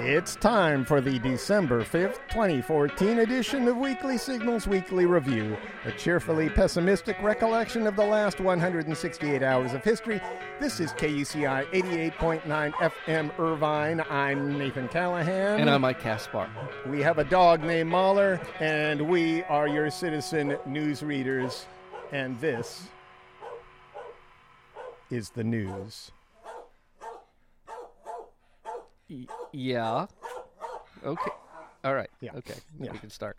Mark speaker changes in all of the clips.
Speaker 1: It's time for the December 5th, 2014 edition of Weekly Signals Weekly Review, a cheerfully pessimistic recollection of the last 168 hours of history. This is KUCI 88.9 FM Irvine. I'm Nathan Callahan.
Speaker 2: And I'm Mike Caspar.
Speaker 1: we have a dog named Mahler, and we are your citizen newsreaders. And this is the news.
Speaker 2: Y- yeah. Okay. All right.
Speaker 1: Yeah.
Speaker 2: Okay.
Speaker 1: Yeah.
Speaker 2: We can start.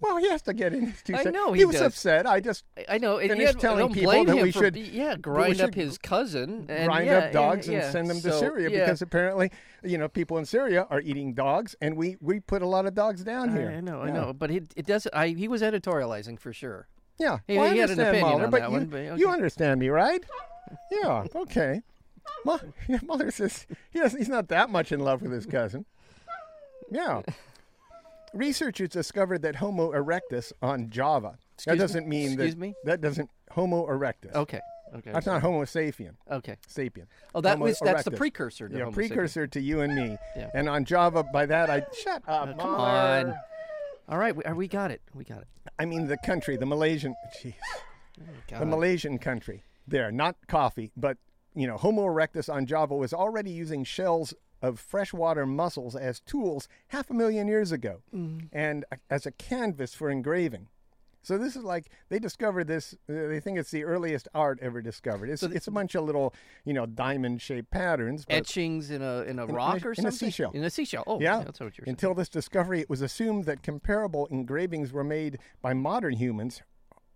Speaker 1: Well, he has to get in his two
Speaker 2: I
Speaker 1: cents.
Speaker 2: know
Speaker 1: he,
Speaker 2: he
Speaker 1: was
Speaker 2: does.
Speaker 1: upset. I just
Speaker 2: I- I know. And
Speaker 1: Finish
Speaker 2: yet, I
Speaker 1: telling
Speaker 2: don't
Speaker 1: people
Speaker 2: blame
Speaker 1: that
Speaker 2: him
Speaker 1: we
Speaker 2: for
Speaker 1: should-
Speaker 2: be- yeah, grind
Speaker 1: should
Speaker 2: up his cousin. And
Speaker 1: grind
Speaker 2: yeah,
Speaker 1: up dogs
Speaker 2: yeah, yeah.
Speaker 1: and send them to
Speaker 2: So,
Speaker 1: Syria
Speaker 2: yeah.
Speaker 1: because apparently, you know, people in Syria are eating dogs, and we we put a lot of dogs down
Speaker 2: I,
Speaker 1: here.
Speaker 2: I know. I
Speaker 1: Yeah.
Speaker 2: know. But it, it doesn't. I he was editorializing for sure.
Speaker 1: Yeah,
Speaker 2: He-
Speaker 1: well, I
Speaker 2: he had an
Speaker 1: understand,
Speaker 2: opinion
Speaker 1: Mahler,
Speaker 2: on
Speaker 1: but
Speaker 2: that
Speaker 1: you,
Speaker 2: one, but okay.
Speaker 1: you understand me, right? Yeah. Okay. Ma- yeah, Mahler says he doesn't, he's not that much in love with his cousin. Yeah. Researchers discovered that Homo erectus on Java. that
Speaker 2: Excuse me?
Speaker 1: doesn't mean that.
Speaker 2: Excuse me?
Speaker 1: That doesn't Homo erectus.
Speaker 2: Okay. Okay.
Speaker 1: That's not Homo sapien.
Speaker 2: Okay.
Speaker 1: sapien.
Speaker 2: Oh, that
Speaker 1: Homo
Speaker 2: was that's the
Speaker 1: erectus.
Speaker 2: precursor to
Speaker 1: yeah,
Speaker 2: Homo sapien.
Speaker 1: precursor to you and me.
Speaker 2: Yeah. Uh,
Speaker 1: And on Java, by that I shut up.
Speaker 2: Come
Speaker 1: Mahler.
Speaker 2: on. All right. We, are- we got it. We got it.
Speaker 1: I mean the country, the Malaysian. Jeez,
Speaker 2: Got
Speaker 1: the
Speaker 2: it.
Speaker 1: Malaysian country. There, not coffee, but you know, Homo erectus on Java was already using shells of freshwater mussels as tools half a million years ago,
Speaker 2: Mm-hmm.
Speaker 1: and a- as a canvas for engraving. So this is like they discovered this. uh, They think it's the earliest art ever discovered. It's, it's a bunch of little, you know, diamond-shaped patterns. but-
Speaker 2: Etchings in a in a rock or
Speaker 1: in
Speaker 2: something.
Speaker 1: a seashell.
Speaker 2: In a seashell. Oh,
Speaker 1: Yeah.
Speaker 2: That's what you're saying.
Speaker 1: Until this discovery, it was assumed that comparable engravings were made by modern humans,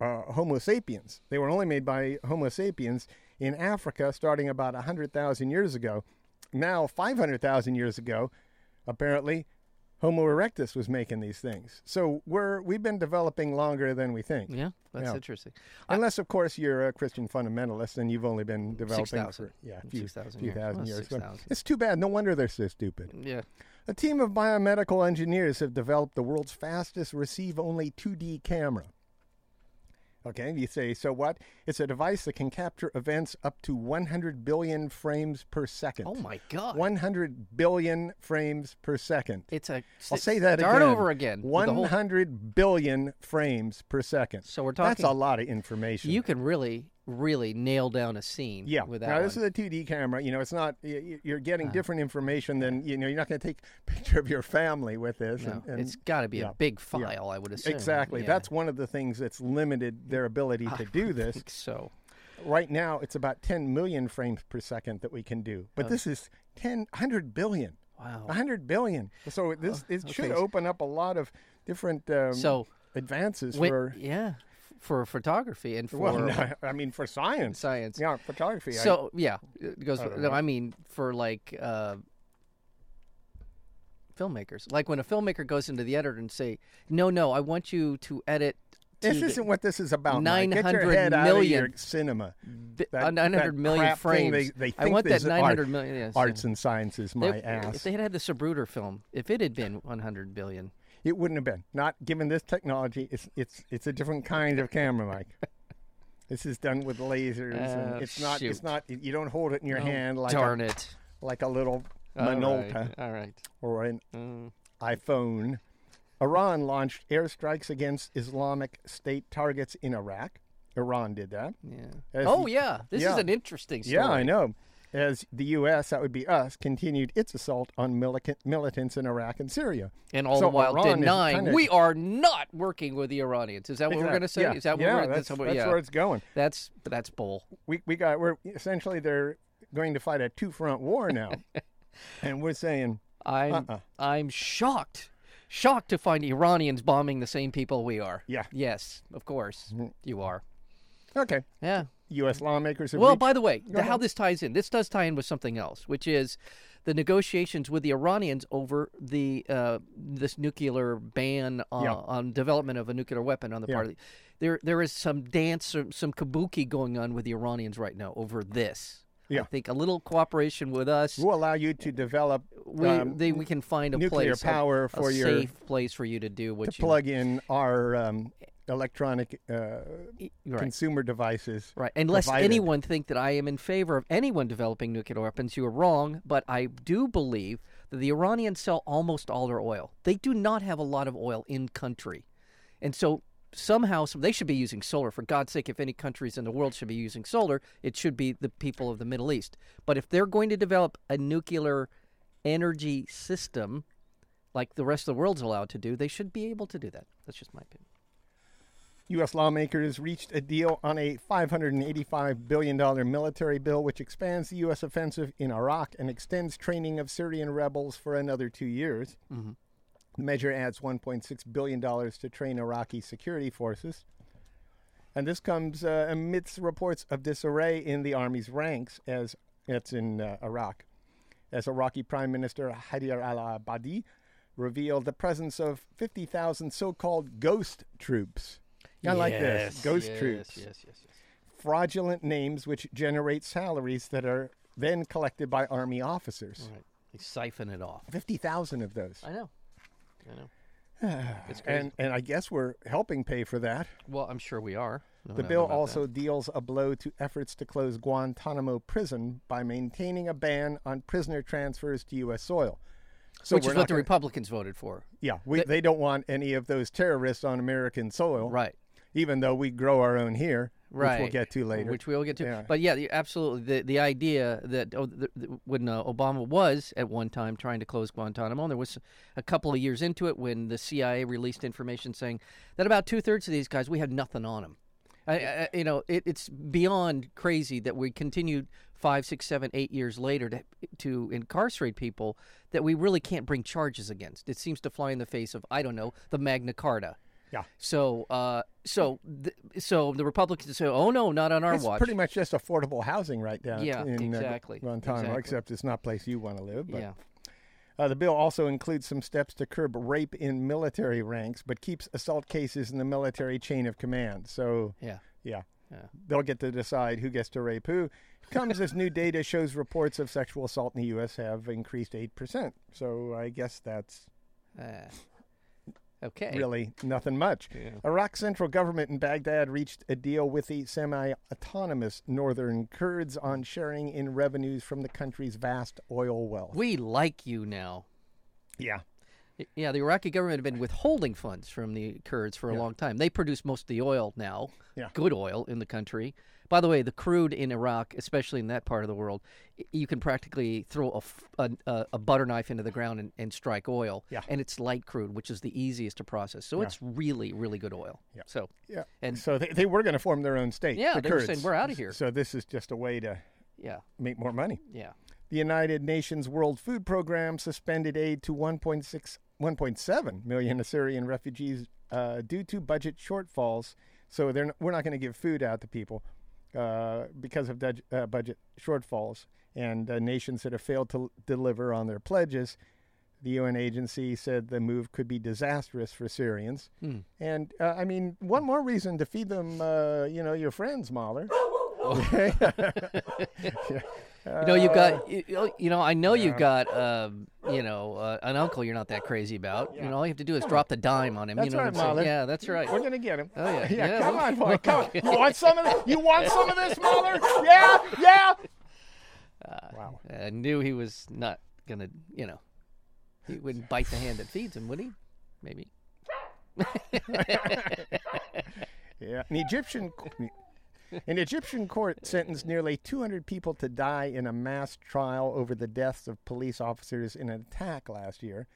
Speaker 1: uh, Homo sapiens. They were only made by Homo sapiens in Africa starting about 100,000 years ago. Now, 500,000 years ago, apparently, Homo erectus was making these things. So we're, we've been developing longer than we think.
Speaker 2: Yeah. That's
Speaker 1: Yeah.
Speaker 2: interesting.
Speaker 1: Unless, of course, you're a Christian fundamentalist and you've only been developing for
Speaker 2: 6,000.
Speaker 1: yeah, a few,
Speaker 2: 6,000
Speaker 1: few
Speaker 2: years.
Speaker 1: thousand
Speaker 2: Well,
Speaker 1: years.
Speaker 2: 6,000.
Speaker 1: It's too bad. No wonder they're so stupid.
Speaker 2: Yeah.
Speaker 1: A team of biomedical engineers have developed the world's fastest receive only 2D camera. Okay, you say, so what? It's a device that can capture events up to 100 billion frames per second.
Speaker 2: Oh my God.
Speaker 1: 100 billion frames per second.
Speaker 2: It's a.
Speaker 1: I'll say that
Speaker 2: start
Speaker 1: again.
Speaker 2: over again. with the whole-
Speaker 1: 100 billion frames per second.
Speaker 2: So we're
Speaker 1: That's
Speaker 2: talking-
Speaker 1: a lot of information.
Speaker 2: you can really, really nail down a scene.
Speaker 1: Yeah.
Speaker 2: With that
Speaker 1: now
Speaker 2: one. Ah.
Speaker 1: this is a 2D camera. You know, it's not. y- y- You're getting different information than you know. You're not going to take a picture of your family with this.
Speaker 2: No,
Speaker 1: and, and
Speaker 2: it's got to be
Speaker 1: yeah,
Speaker 2: a big file, I would assume.
Speaker 1: exactly.
Speaker 2: Yeah,
Speaker 1: That's one of the things that's limited their ability to do
Speaker 2: I
Speaker 1: this.
Speaker 2: think so.
Speaker 1: Right now, it's about 10 million frames per second that we can do,
Speaker 2: Oh.
Speaker 1: but this is 10 100 billion.
Speaker 2: Wow.
Speaker 1: 100 billion. So this it should
Speaker 2: Oh. okay.
Speaker 1: open up a lot of different um,
Speaker 2: So,
Speaker 1: advances
Speaker 2: Wait,
Speaker 1: for.
Speaker 2: yeah, for photography and for
Speaker 1: Well, no, I mean for science.
Speaker 2: science.
Speaker 1: Yeah, photography. I-
Speaker 2: So yeah, it goes.
Speaker 1: don't
Speaker 2: no,
Speaker 1: know.
Speaker 2: I mean for like uh, filmmakers. Like when a filmmaker goes into the editor and say, "No, no, I want you to edit."
Speaker 1: This
Speaker 2: to
Speaker 1: isn't what this is about. Mike. Get your
Speaker 2: 900
Speaker 1: head out of your
Speaker 2: million.
Speaker 1: cinema.
Speaker 2: bi-
Speaker 1: that-
Speaker 2: uh,
Speaker 1: that
Speaker 2: 900 million
Speaker 1: crap thing
Speaker 2: frames.
Speaker 1: they- they
Speaker 2: I
Speaker 1: think
Speaker 2: want
Speaker 1: this
Speaker 2: that
Speaker 1: is art.
Speaker 2: 900 million. yes,
Speaker 1: Arts
Speaker 2: yeah.
Speaker 1: and sciences,
Speaker 2: They-
Speaker 1: my
Speaker 2: If
Speaker 1: ass.
Speaker 2: they had had the Sabruder film, if it had been 100 billion,
Speaker 1: it wouldn't have been. Not given this technology, it's it's it's a different kind of camera, Mike. This is done with lasers,
Speaker 2: Oh,
Speaker 1: and it's not. It's
Speaker 2: shoot. Oh,
Speaker 1: not. You don't hold it in your hand like
Speaker 2: darn
Speaker 1: a,
Speaker 2: it,
Speaker 1: like a little
Speaker 2: All right,
Speaker 1: Minolta
Speaker 2: All right.
Speaker 1: or an
Speaker 2: Mm.
Speaker 1: iPhone. Iran launched airstrikes against Islamic State targets in Iraq. Iran did that.
Speaker 2: Yeah.
Speaker 1: As
Speaker 2: oh
Speaker 1: the-
Speaker 2: yeah, this
Speaker 1: yeah.
Speaker 2: is an interesting story.
Speaker 1: Yeah, I know. As the U.S., that would be us, continued its assault on militant, militants in Iraq and Syria.
Speaker 2: And all
Speaker 1: So
Speaker 2: the while
Speaker 1: Iran is
Speaker 2: denying
Speaker 1: kinda-
Speaker 2: we are not working with the Iranians. Is that what we're going to say?
Speaker 1: Yeah,
Speaker 2: Is that what
Speaker 1: yeah,
Speaker 2: we're
Speaker 1: that's,
Speaker 2: what-
Speaker 1: that's
Speaker 2: yeah.
Speaker 1: where it's going.
Speaker 2: That's that's bull.
Speaker 1: We we got we're essentially they're going to fight a two front war now, and we're saying
Speaker 2: I'm
Speaker 1: Uh-uh.
Speaker 2: I'm shocked, shocked to find Iranians bombing the same people we are.
Speaker 1: Yeah. Mm-hmm.
Speaker 2: Yes, of course you are.
Speaker 1: okay,
Speaker 2: Yeah.
Speaker 1: U.S. lawmakers. Have
Speaker 2: Well,
Speaker 1: reached-
Speaker 2: by the way, th- how
Speaker 1: ahead.
Speaker 2: this ties in, this does tie in with something else, which is the negotiations with the Iranians over the uh, this nuclear ban on,
Speaker 1: Yeah.
Speaker 2: on development of a nuclear weapon on the part of the, there. There is some dance, some, some kabuki going on with the Iranians right now over this.
Speaker 1: Yeah.
Speaker 2: I think a little cooperation with us.
Speaker 1: we'll allow you to develop
Speaker 2: We,
Speaker 1: um,
Speaker 2: they, we can find a
Speaker 1: nuclear
Speaker 2: place, a-
Speaker 1: power
Speaker 2: a,
Speaker 1: for your-
Speaker 2: safe place for you to do what
Speaker 1: to
Speaker 2: you
Speaker 1: plug in our um, electronic uh,
Speaker 2: E, right.
Speaker 1: consumer devices.
Speaker 2: Right. Unless
Speaker 1: provided.
Speaker 2: anyone think that I am in favor of anyone developing nuclear weapons, you are wrong. But I do believe The Iranians sell almost all their oil. They do not have a lot of oil in country. And so somehow some, they should be using solar. For God's sake, if any countries in the world should be using solar, it should be the people of the Middle East. But if they're going to develop a nuclear energy system like the rest of the world's allowed to do, they should be able to do that. That's just my opinion.
Speaker 1: U.S. lawmakers reached a deal on a $585 billion military bill, which expands the U.S. offensive in Iraq and extends training of Syrian rebels for another two years.
Speaker 2: Mhm.
Speaker 1: The measure adds $1.6 billion to train Iraqi security forces. And this comes uh, amidst reports of disarray in the Army's ranks, as it's in uh, Iraq. As Iraqi Prime Minister Haider al Abadi revealed the presence of 50,000 so called ghost troops. I like this ghost troops,
Speaker 2: Yes, yes, yes.
Speaker 1: fraudulent names which generate salaries that are then collected by Army officers.
Speaker 2: All right. They siphon it off.
Speaker 1: 50,000 of those.
Speaker 2: I know. I know. it's crazy.
Speaker 1: And, and I guess we're helping pay for that.
Speaker 2: well, I'm sure we are. No
Speaker 1: The
Speaker 2: doubt
Speaker 1: bill
Speaker 2: about
Speaker 1: also deals a blow to efforts to close Guantanamo prison by maintaining a ban on prisoner transfers to U.S. soil.
Speaker 2: that.
Speaker 1: So
Speaker 2: which is
Speaker 1: we're
Speaker 2: what
Speaker 1: not
Speaker 2: the
Speaker 1: gonna-
Speaker 2: Republicans voted for.
Speaker 1: yeah, we, they don't want any of those terrorists on American soil,
Speaker 2: Right.
Speaker 1: even though we grow our own here,
Speaker 2: Right.
Speaker 1: which we'll get to later.
Speaker 2: Which we will get to.
Speaker 1: Yeah.
Speaker 2: But yeah, the, absolutely. The the idea that oh, the, the, when uh, Obama was at one time trying to close Guantanamo, and there was a couple of years into it when the CIA released information saying that about two thirds of these guys we had nothing on them. I, I, you know, it, it's beyond crazy that we continued five, six, seven, eight years later to, to incarcerate people that we really can't bring charges against. It seems to fly in the face of I don't know the Magna Carta.
Speaker 1: Yeah.
Speaker 2: So, uh, so, th- so the Republicans say, "Oh no, not on our
Speaker 1: It's
Speaker 2: watch."
Speaker 1: pretty much just affordable housing right down
Speaker 2: Yeah,
Speaker 1: in uh,
Speaker 2: exactly,
Speaker 1: Guantanamo,
Speaker 2: exactly.
Speaker 1: except it's not a place you want to live. But
Speaker 2: yeah.
Speaker 1: uh, the bill also includes some steps to curb rape in military ranks, but keeps assault cases in the military chain of command. So
Speaker 2: Yeah.
Speaker 1: yeah,
Speaker 2: Yeah.
Speaker 1: they'll get to decide who gets to rape who. Comes as new data shows reports of sexual assault in the U.S. have increased eight percent. So I guess that's
Speaker 2: Uh, okay.
Speaker 1: really nothing much. Iraq's central government in Baghdad reached a deal with the semi autonomous northern Kurds on sharing in revenues from the country's vast oil wealth.
Speaker 2: We like you now.
Speaker 1: Yeah.
Speaker 2: Y- Yeah, the Iraqi government had been withholding funds from the Kurds for a long time. They produce most of the oil now,
Speaker 1: Yeah.
Speaker 2: good oil in the country. By the way, the crude in Iraq, especially in that part of the world, y- you can practically throw a, f- a, a- a butter knife into the ground and, and strike oil.
Speaker 1: Yeah.
Speaker 2: And it's light crude, which is the easiest to process. So it's really, really good oil. Yeah. So,
Speaker 1: Yeah.
Speaker 2: And-
Speaker 1: so they, they were going to form their own state.
Speaker 2: Yeah,
Speaker 1: the
Speaker 2: they were saying,
Speaker 1: Kurds.
Speaker 2: "We're outta here."
Speaker 1: So this is just a way to
Speaker 2: yeah,
Speaker 1: make more money.
Speaker 2: yeah.
Speaker 1: The United Nations World Food Program suspended aid to 1.6 1.7 million Assyrian refugees uh, due to budget shortfalls. So they're n- we're not going to give food out to people uh, because of dudg- uh, budget shortfalls and uh, nations that have failed to l- deliver on their pledges. The UN agency said the move could be disastrous for Syrians. And uh, I mean, one more reason to feed them, uh, you know, your friends, Mahler.
Speaker 2: You know, you've got, you- you know- you know, I know you've got, um, you know, uh, an uncle you're not that crazy about. You know, all you have to do is drop the dime on him. you
Speaker 1: That's
Speaker 2: know what
Speaker 1: right,
Speaker 2: I'm saying?
Speaker 1: Mahler.
Speaker 2: Yeah, that's right.
Speaker 1: We're gonna get him.
Speaker 2: Oh, yeah.
Speaker 1: yeah,
Speaker 2: Yeah,
Speaker 1: come
Speaker 2: we'll-
Speaker 1: on, boy. Come on. You want some of this? You want some of this, Mahler? Yeah, yeah. wow.
Speaker 2: I knew he was not gonna, you know, he wouldn't bite the hand that feeds him, would he? Maybe.
Speaker 1: Yeah. An Egyptian an Egyptian court sentenced nearly 200 people to die in a mass trial over the deaths of police officers in an attack last year.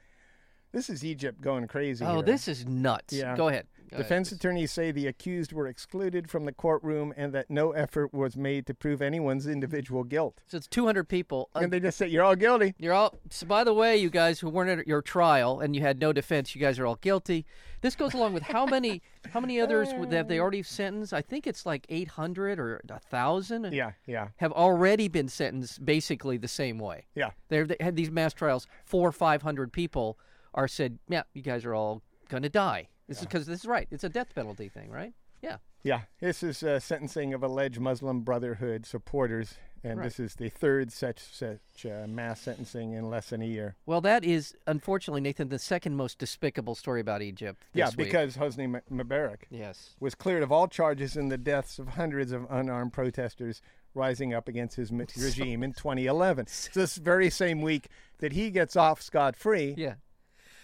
Speaker 1: This is Egypt going crazy.
Speaker 2: Oh,
Speaker 1: here.
Speaker 2: this is nuts.
Speaker 1: Yeah.
Speaker 2: Go ahead. Go ahead.
Speaker 1: Defense attorneys say the accused were excluded from the courtroom and that no effort was made to prove anyone's individual guilt.
Speaker 2: So it's 200 people. Uh,
Speaker 1: And they just say, You're all guilty.
Speaker 2: you're all. So by the way, you guys who weren't at your trial and you had no defense, you guys are all guilty. This goes along with how many? How many others would- have they already sentenced? I think it's like 800 or a thousand.
Speaker 1: Yeah, yeah,
Speaker 2: Have already been sentenced basically the same way.
Speaker 1: yeah.
Speaker 2: They're, they had these mass trials. Four, five hundred people are said, "Yeah, you guys are all going to die." This is because this is right. It's a death penalty thing, right? Yeah.
Speaker 1: Yeah, this is uh, sentencing of alleged Muslim Brotherhood supporters And this is the third such such uh, mass sentencing in less than a year.
Speaker 2: Well, that is unfortunately, Nathan, the second most despicable story about Egypt.
Speaker 1: yeah,
Speaker 2: this week.
Speaker 1: because Hosni M- Mubarak
Speaker 2: yes,
Speaker 1: was cleared of all charges in the deaths of hundreds of unarmed protesters rising up against his mi- regime in 2011. It's this very same week that he gets off scot free.
Speaker 2: yeah,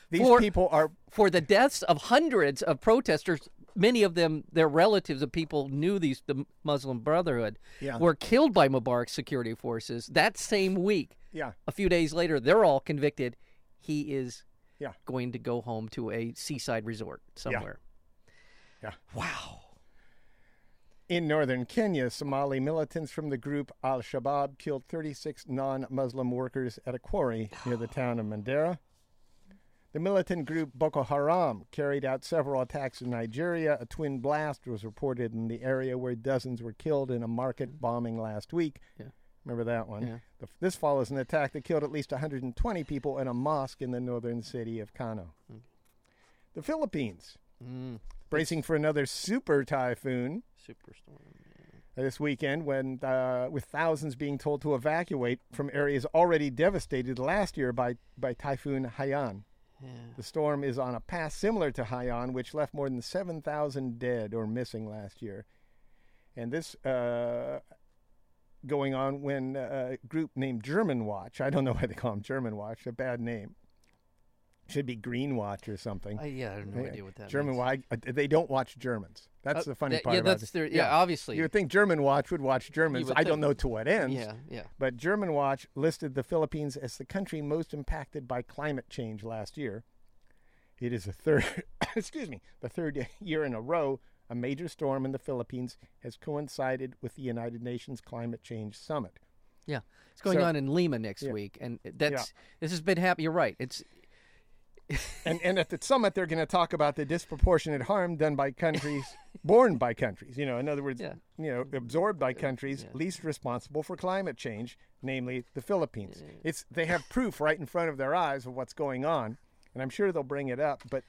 Speaker 1: These
Speaker 2: For-
Speaker 1: people are
Speaker 2: for the deaths of hundreds of protesters. Many of them, their relatives of people knew these the Muslim Brotherhood
Speaker 1: Yeah.
Speaker 2: were killed by Mubarak's security forces that same week.
Speaker 1: yeah,
Speaker 2: A few days later, they're all convicted. He is
Speaker 1: Yeah.
Speaker 2: going to go home to a seaside resort somewhere.
Speaker 1: Yeah.
Speaker 2: Wow.
Speaker 1: In northern Kenya, Somali militants from the group Al Shabaab killed 36 non Muslim workers at a quarry near the town of Mandera. The militant group Boko Haram carried out several attacks in Nigeria. A twin blast was reported in the area where dozens were killed in a market bombing last week.
Speaker 2: Yeah.
Speaker 1: Remember that one?
Speaker 2: Yeah.
Speaker 1: The, this follows an attack that killed at least 120 people in a mosque in the northern city of Kano. The Philippines,
Speaker 2: Mm,
Speaker 1: bracing for another super typhoon
Speaker 2: superstorm.
Speaker 1: this weekend when uh, with thousands being told to evacuate from areas already devastated last year by, by typhoon Haiyan.
Speaker 2: Yeah.
Speaker 1: The storm is on a path similar to Haiyan, which left more than 7,000 dead or missing last year. And this uh, going on when uh, a group named German Watch, I don't know why they call them German Watch, a bad name. Should be Green Watch or something.
Speaker 2: I, yeah, I have no
Speaker 1: Yeah.
Speaker 2: idea what that
Speaker 1: German
Speaker 2: means.
Speaker 1: Watch, they don't watch Germans. That's
Speaker 2: Uh,
Speaker 1: the funny
Speaker 2: that-
Speaker 1: part
Speaker 2: yeah,
Speaker 1: about
Speaker 2: that's
Speaker 1: this.
Speaker 2: their- yeah, obviously.
Speaker 1: You would think German Watch would watch Germans.
Speaker 2: would
Speaker 1: I don't
Speaker 2: think.
Speaker 1: know to what ends.
Speaker 2: Yeah, yeah.
Speaker 1: But German Watch listed the Philippines as the country most impacted by climate change last year. It is the third, excuse me, the third year in a row a major storm in the Philippines has coincided with the United Nations Climate Change Summit.
Speaker 2: Yeah, it's going
Speaker 1: So-
Speaker 2: on in Lima next
Speaker 1: Yeah.
Speaker 2: week, and that's this has been happening. You're right. It's
Speaker 1: And, and at the summit, they're going to talk about the disproportionate harm done by countries, borne by countries. You know, in other words,
Speaker 2: Yeah.
Speaker 1: you know, absorbed by countries least responsible for climate change, namely the Philippines. It's they have proof right in front of their eyes of what's going on, and I'm sure they'll bring it up. But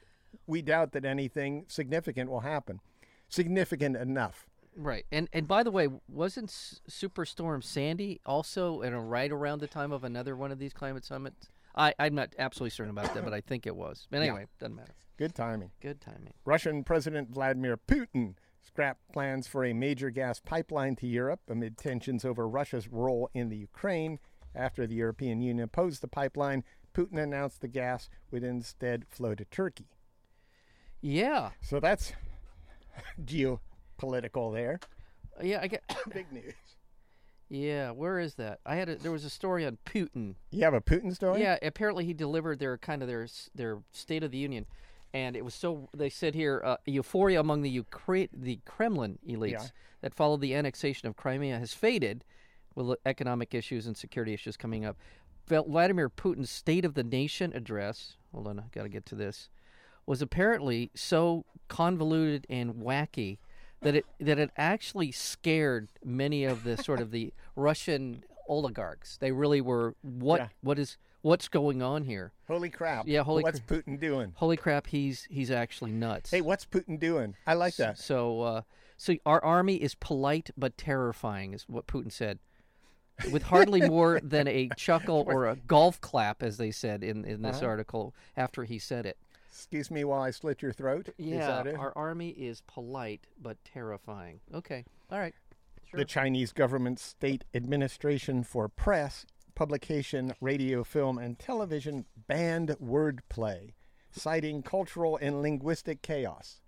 Speaker 1: we doubt that anything significant will happen, significant enough.
Speaker 2: right. And and by the way, wasn't S- Superstorm Sandy also in a, right around the time of another one of these climate summits? I I'm not absolutely certain about that, but I think it was. But anyway, doesn't matter.
Speaker 1: Good timing.
Speaker 2: Good timing.
Speaker 1: Russian President Vladimir Putin scrapped plans for a major gas pipeline to Europe amid tensions over Russia's role in the Ukraine. After the European Union opposed the pipeline, Putin announced the gas would instead flow to Turkey.
Speaker 2: Yeah,
Speaker 1: So that's geopolitical there.
Speaker 2: Uh, yeah. I get.
Speaker 1: Big news.
Speaker 2: Yeah, where is that? I had a, there was a story on Putin.
Speaker 1: You have a Putin story?
Speaker 2: Yeah, apparently he delivered their kind of their s- their State of the Union, and it was so they said here uh, euphoria among the Ukraine the Kremlin elites
Speaker 1: Yeah.
Speaker 2: that followed the annexation of Crimea has faded, with economic issues and security issues coming up. Vel- Vladimir Putin's State of the Nation address. Hold on, I got to get to this. Was apparently so convoluted and wacky that it that it actually scared many of the sort of the Russian oligarchs. They really were what
Speaker 1: Yeah.
Speaker 2: what is what's going on here?
Speaker 1: Holy crap.
Speaker 2: Yeah, holy
Speaker 1: What's Putin doing?
Speaker 2: Holy crap, he's he's actually nuts.
Speaker 1: Hey, what's Putin doing? I like that.
Speaker 2: So uh, so our army is polite but terrifying is what Putin said. With hardly more than a chuckle or a golf clap, as they said in, in
Speaker 1: Uh-huh.
Speaker 2: this article after he said it.
Speaker 1: Excuse me while I slit your throat. Is
Speaker 2: Yeah,
Speaker 1: that it?
Speaker 2: our army is polite but terrifying. Okay, all right.
Speaker 1: the Chinese government's State Administration for Press, Publication, Radio, Film, and Television banned wordplay, citing cultural and linguistic chaos.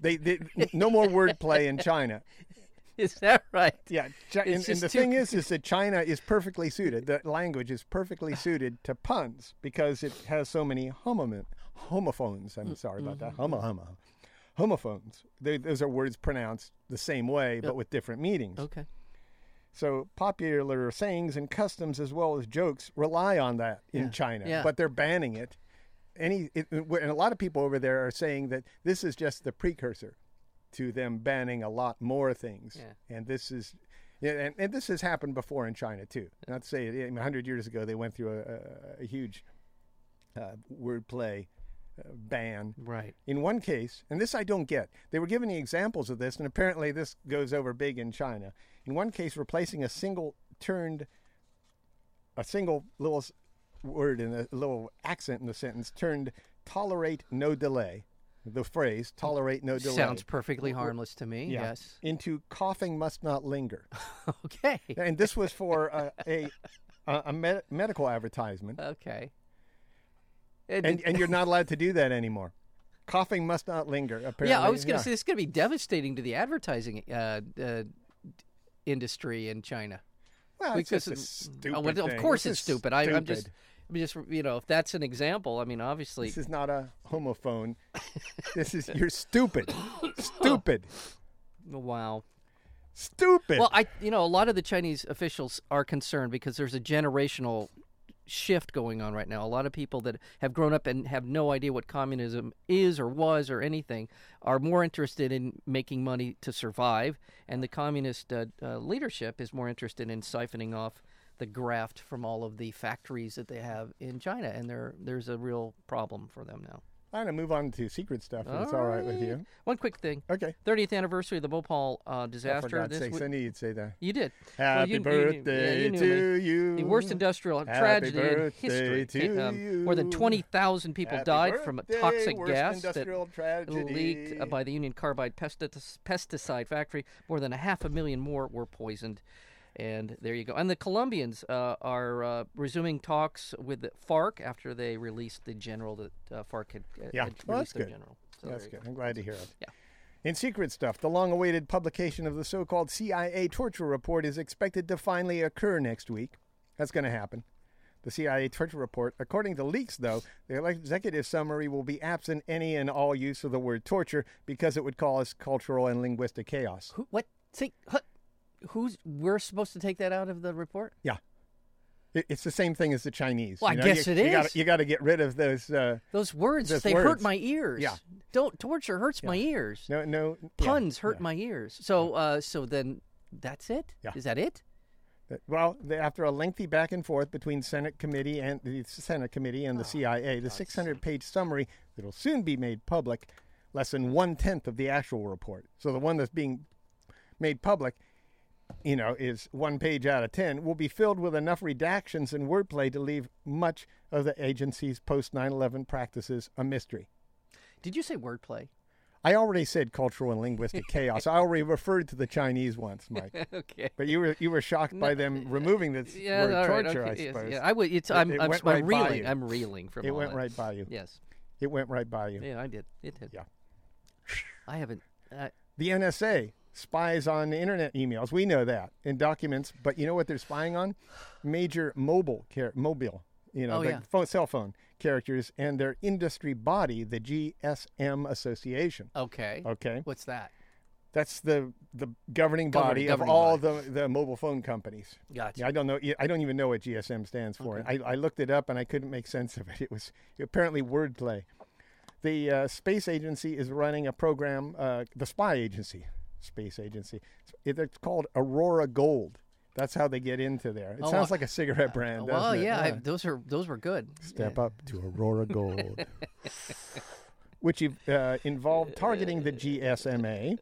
Speaker 1: they, they no more wordplay in China.
Speaker 2: Is that right?
Speaker 1: Yeah, Chi- and,
Speaker 2: It's
Speaker 1: and
Speaker 2: just
Speaker 1: the
Speaker 2: too-
Speaker 1: thing is, is that China is perfectly suited. The language is perfectly suited to puns because it has so many homonym, homophones.
Speaker 2: Mm,
Speaker 1: I'm sorry about
Speaker 2: mm-hmm,
Speaker 1: that. Homo, homo, homophones. They, those are words pronounced the same way but with different meanings.
Speaker 2: Okay.
Speaker 1: So popular sayings and customs, as well as jokes, rely on that in China,
Speaker 2: Yeah.
Speaker 1: but they're banning it. Any it, and a lot of people over there are saying that this is just the precursor to them banning a lot more things,
Speaker 2: Yeah.
Speaker 1: and this is. Yeah, and, and this has happened before in China too. Not to say it, I mean, 100 years ago they went through a, a, a huge uh, wordplay uh, ban.
Speaker 2: Right.
Speaker 1: In one case, and this I don't get, they were giving me examples of this, and apparently this goes over big in China. In one case, replacing a single turned, a single little s- word in a little accent in the sentence turned tolerate no delay, the phrase tolerate no delay.
Speaker 2: Sounds perfectly harmless to me.
Speaker 1: Yeah.
Speaker 2: Yes.
Speaker 1: Into coughing must not linger.
Speaker 2: Okay.
Speaker 1: and this was for uh, a, a, a med- medical
Speaker 2: Uh,
Speaker 1: advertisement.
Speaker 2: Okay. And,
Speaker 1: and and you're not allowed to do that anymore. Coughing must not linger. Apparently,
Speaker 2: yeah, I was going to
Speaker 1: Yeah.
Speaker 2: say it's going to be devastating to the advertising uh, uh, industry in China.
Speaker 1: Well, it's just a
Speaker 2: it's-
Speaker 1: stupid.
Speaker 2: oh, well,
Speaker 1: thing.
Speaker 2: Of course,
Speaker 1: This
Speaker 2: it's
Speaker 1: is
Speaker 2: stupid. I, I'm just,
Speaker 1: stupid.
Speaker 2: I'm just, you know, if that's an example, I mean, obviously,
Speaker 1: This is not a homophone. this is you're stupid, stupid,
Speaker 2: wow.
Speaker 1: stupid.
Speaker 2: Well, I, you know, a lot of the Chinese officials are concerned because there's a generational shift going on right now. A lot of people that have grown up and have no idea what communism is or was or anything are more interested in making money to survive, and the communist uh, uh, leadership is more interested in siphoning off the graft from all of the factories that they have in China, and there there's a real problem for them now.
Speaker 1: I'm gonna move on to secret stuff. If it's all right with you.
Speaker 2: One quick thing.
Speaker 1: Okay.
Speaker 2: 30th anniversary of the Bhopal uh,
Speaker 1: Oh,
Speaker 2: disaster.
Speaker 1: for God's
Speaker 2: this
Speaker 1: sakes,
Speaker 2: week-
Speaker 1: I knew you'd say that.
Speaker 2: you did. Well,
Speaker 1: Happy
Speaker 2: you- you-
Speaker 1: birthday
Speaker 2: yeah, you knew me.
Speaker 1: to you.
Speaker 2: The worst industrial
Speaker 1: Mm-hmm. Happy
Speaker 2: tragedy in
Speaker 1: birthday
Speaker 2: history.
Speaker 1: to
Speaker 2: Ca- um, More than
Speaker 1: you.
Speaker 2: 20,000 people
Speaker 1: Happy
Speaker 2: died from a
Speaker 1: birthday,
Speaker 2: toxic
Speaker 1: worst
Speaker 2: gas that
Speaker 1: industrial tragedy.
Speaker 2: leaked uh, by the Union Carbide pestis- pesticide factory. More than a half a million more were poisoned. And there you go. And the Colombians uh, are uh, resuming talks with the FARC after they released the general that uh, FARC had, uh,
Speaker 1: Yeah.
Speaker 2: had
Speaker 1: Well, that's
Speaker 2: released their
Speaker 1: good.
Speaker 2: general. So
Speaker 1: That's
Speaker 2: there you
Speaker 1: good. I'm glad to hear it.
Speaker 2: Yeah.
Speaker 1: In secret stuff, the long awaited publication of the so called CIA torture report is expected to finally occur next week. That's going to happen. The CIA torture report, according to leaks, though, the executive summary will be absent any and all use of the word torture because it would cause cultural and linguistic chaos.
Speaker 2: Who, what? See, huh, who's? We're supposed to take that out of the report?
Speaker 1: Yeah. It- It's the same thing as the Chinese.
Speaker 2: Well, I
Speaker 1: you
Speaker 2: guess
Speaker 1: you,
Speaker 2: it
Speaker 1: you Gotta,
Speaker 2: is.
Speaker 1: you got to get rid of those. Uh,
Speaker 2: Those words,
Speaker 1: Those
Speaker 2: they hurt
Speaker 1: words.
Speaker 2: my ears.
Speaker 1: Yeah.
Speaker 2: Don't torture hurts my ears.
Speaker 1: no, no. yeah,
Speaker 2: Puns hurt
Speaker 1: yeah.
Speaker 2: my ears. So, uh, so then that's it. Is
Speaker 1: Yeah.
Speaker 2: that it?
Speaker 1: That- Uh, Well, the- after a lengthy back and forth between Senate committee and the Senate committee and the CIA, the 600-page summary that'll soon be made public, less than one tenth of the actual report. So the one that's being made public, you know, is one page out of ten. Will be filled with enough redactions and wordplay to leave much of the agency's post 9/11 practices a mystery.
Speaker 2: Did you say wordplay?
Speaker 1: I already said cultural and linguistic chaos. I already referred to the Chinese once, Mike.
Speaker 2: okay.
Speaker 1: But you were you were shocked by them removing this
Speaker 2: Yeah.
Speaker 1: word
Speaker 2: all right,
Speaker 1: torture,
Speaker 2: okay,
Speaker 1: I
Speaker 2: yes,
Speaker 1: suppose.
Speaker 2: Yeah. I would. It's.
Speaker 1: It-
Speaker 2: I'm.
Speaker 1: it
Speaker 2: I'm,
Speaker 1: went
Speaker 2: I'm
Speaker 1: right by
Speaker 2: reeling.
Speaker 1: you.
Speaker 2: I'm reeling from
Speaker 1: It
Speaker 2: all
Speaker 1: went
Speaker 2: that.
Speaker 1: right by you.
Speaker 2: Yes.
Speaker 1: It went right by you.
Speaker 2: Yeah. I did. It did.
Speaker 1: Yeah.
Speaker 2: I haven't. Uh,
Speaker 1: The NSA spies on internet emails. We know that in documents, but you know what they're spying on? Major mobile care, mobile, you know,
Speaker 2: Oh,
Speaker 1: the
Speaker 2: yeah.
Speaker 1: phone, cell phone characters and their industry body, the GSM Association.
Speaker 2: okay.
Speaker 1: Okay,
Speaker 2: What's that?
Speaker 1: that's the the governing
Speaker 2: Governing-
Speaker 1: body
Speaker 2: governing
Speaker 1: of all the the mobile phone companies.
Speaker 2: Gotcha.
Speaker 1: Yeah, I don't know. I don't even know what GSM stands for. I, I looked it up and I couldn't make sense of it. It was apparently wordplay. The uh, space agency is running a program, uh, the spy agency, space agency. It- It's called Aurora Gold. That's how they get into there. It
Speaker 2: Oh,
Speaker 1: sounds
Speaker 2: I-
Speaker 1: like a cigarette brand.
Speaker 2: well,
Speaker 1: doesn't it?
Speaker 2: yeah. I, those are. Those were good.
Speaker 1: Step up to Aurora Gold, which uh, involved targeting the GSMA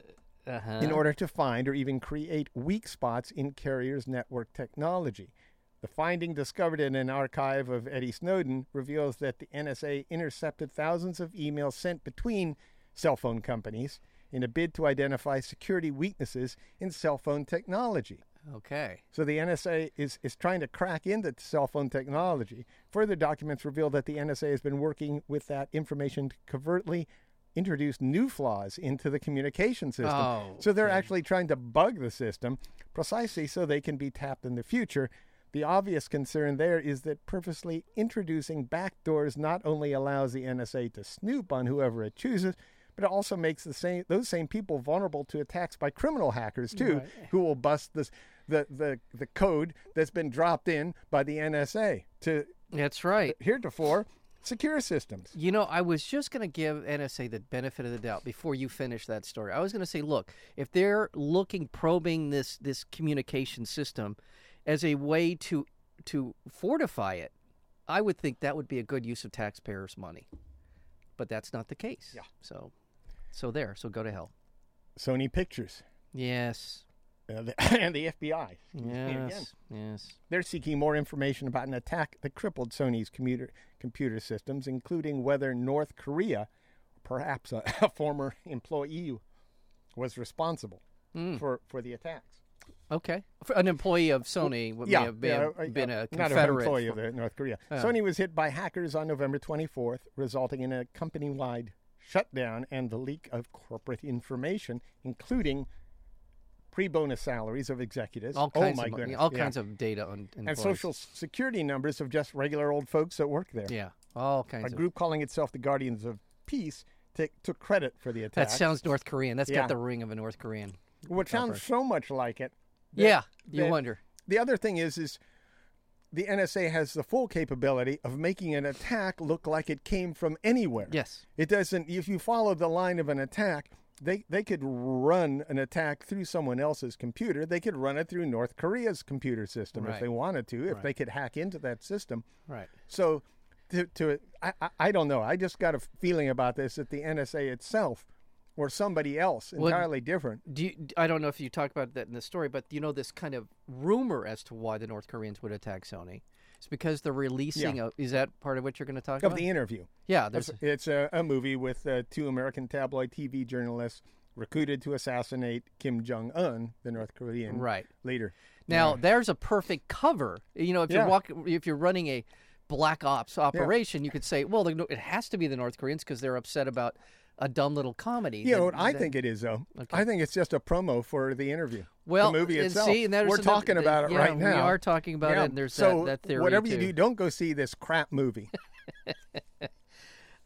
Speaker 2: Uh-huh.
Speaker 1: in order to find or even create weak spots in carriers' network technology. The finding discovered in an archive of Eddie Snowden reveals that the NSA intercepted thousands of emails sent between cell phone companies in a bid to identify security weaknesses in cell phone technology.
Speaker 2: Okay.
Speaker 1: So the NSA is, is trying to crack into cell phone technology. Further documents reveal that the NSA has been working with that information to covertly introduce new flaws into the communication system.
Speaker 2: Oh,
Speaker 1: so they're actually trying to bug the system precisely so they can be tapped in the future. The obvious concern there is that purposely introducing backdoors not only allows the NSA to snoop on whoever it chooses, but it also makes the same those same people vulnerable to attacks by criminal hackers too, who will bust this the, the the code that's been dropped in by the NSA to
Speaker 2: That's right.
Speaker 1: heretofore secure systems.
Speaker 2: You know, I was just going to give NSA the benefit of the doubt before you finish that story. I was going to say, look, if they're looking probing this this communication system as a way to to fortify it, I would think that would be a good use of taxpayers' money. but that's not the case.
Speaker 1: Yeah.
Speaker 2: So, so there. So go to hell.
Speaker 1: Sony Pictures
Speaker 2: Yes.
Speaker 1: uh, the, and the FBI. Excuse me again.
Speaker 2: Yes. Yes.
Speaker 1: They're seeking more information about an attack that crippled Sony's commuter, computer systems, including whether North Korea, perhaps a, a former employee, was responsible
Speaker 2: Hmm.
Speaker 1: for, for the attacks.
Speaker 2: Okay. For an employee of Sony would may have been,
Speaker 1: uh, uh,
Speaker 2: been
Speaker 1: yeah,
Speaker 2: a
Speaker 1: not
Speaker 2: Confederate. Oh.
Speaker 1: an employee of the North Korea. Sony was hit by hackers on November 24th, resulting in a company-wide shutdown and the leak of corporate information, including pre-bonus salaries of executives.
Speaker 2: all
Speaker 1: oh
Speaker 2: kinds
Speaker 1: my
Speaker 2: of
Speaker 1: goodness!
Speaker 2: all
Speaker 1: yeah.
Speaker 2: kinds of data on
Speaker 1: and social security numbers of just regular old folks that work there.
Speaker 2: Yeah. All kinds
Speaker 1: A
Speaker 2: of.
Speaker 1: group calling itself the Guardians of Peace ta- took credit for the attack.
Speaker 2: That sounds North Korean. That's
Speaker 1: Yeah.
Speaker 2: got the ring of a North Korean.
Speaker 1: which sounds so much like it.
Speaker 2: yeah. You
Speaker 1: that-
Speaker 2: wonder.
Speaker 1: The other thing is, is the NSA has the full capability of making an attack look like it came from anywhere.
Speaker 2: Yes.
Speaker 1: It doesn't. If you follow the line of an attack, they they could run an attack through someone else's computer. They could run it through North Korea's computer system if
Speaker 2: Right.
Speaker 1: they wanted to. If they could hack into that system.
Speaker 2: Right.
Speaker 1: So, to, to I, I, I don't know. I just got a feeling about this that the NSA itself or somebody else entirely different.
Speaker 2: Do you, d- I don't know if you talked about that in the story, but you know this kind of rumor as to why the North Koreans would attack Sony. It's because they're releasing. A, is that part of what you're going to talk
Speaker 1: Of
Speaker 2: about?
Speaker 1: the interview,
Speaker 2: yeah. There's.
Speaker 1: It's- it's a, a movie with uh, two American tabloid TV journalists recruited to assassinate Kim Jong Un, the North Korean
Speaker 2: Right.
Speaker 1: leader.
Speaker 2: Now there's a perfect cover. You know, if
Speaker 1: Yeah.
Speaker 2: you're walking, if you're running a black ops operation, you could say, well, the, Nor- it has to be the North Koreans because they're upset about a dumb little comedy.
Speaker 1: You know
Speaker 2: that-
Speaker 1: what I
Speaker 2: that-
Speaker 1: think it is, though. I think it's just a promo for the interview.
Speaker 2: Well,
Speaker 1: the movie
Speaker 2: and
Speaker 1: itself.
Speaker 2: see, and there's
Speaker 1: We're
Speaker 2: another-
Speaker 1: talking about it
Speaker 2: yeah,
Speaker 1: right
Speaker 2: we
Speaker 1: now.
Speaker 2: are talking about it,
Speaker 1: Yeah.
Speaker 2: and there's that-
Speaker 1: so
Speaker 2: that theory,
Speaker 1: Whatever you
Speaker 2: too.
Speaker 1: do, don't go see this crap movie.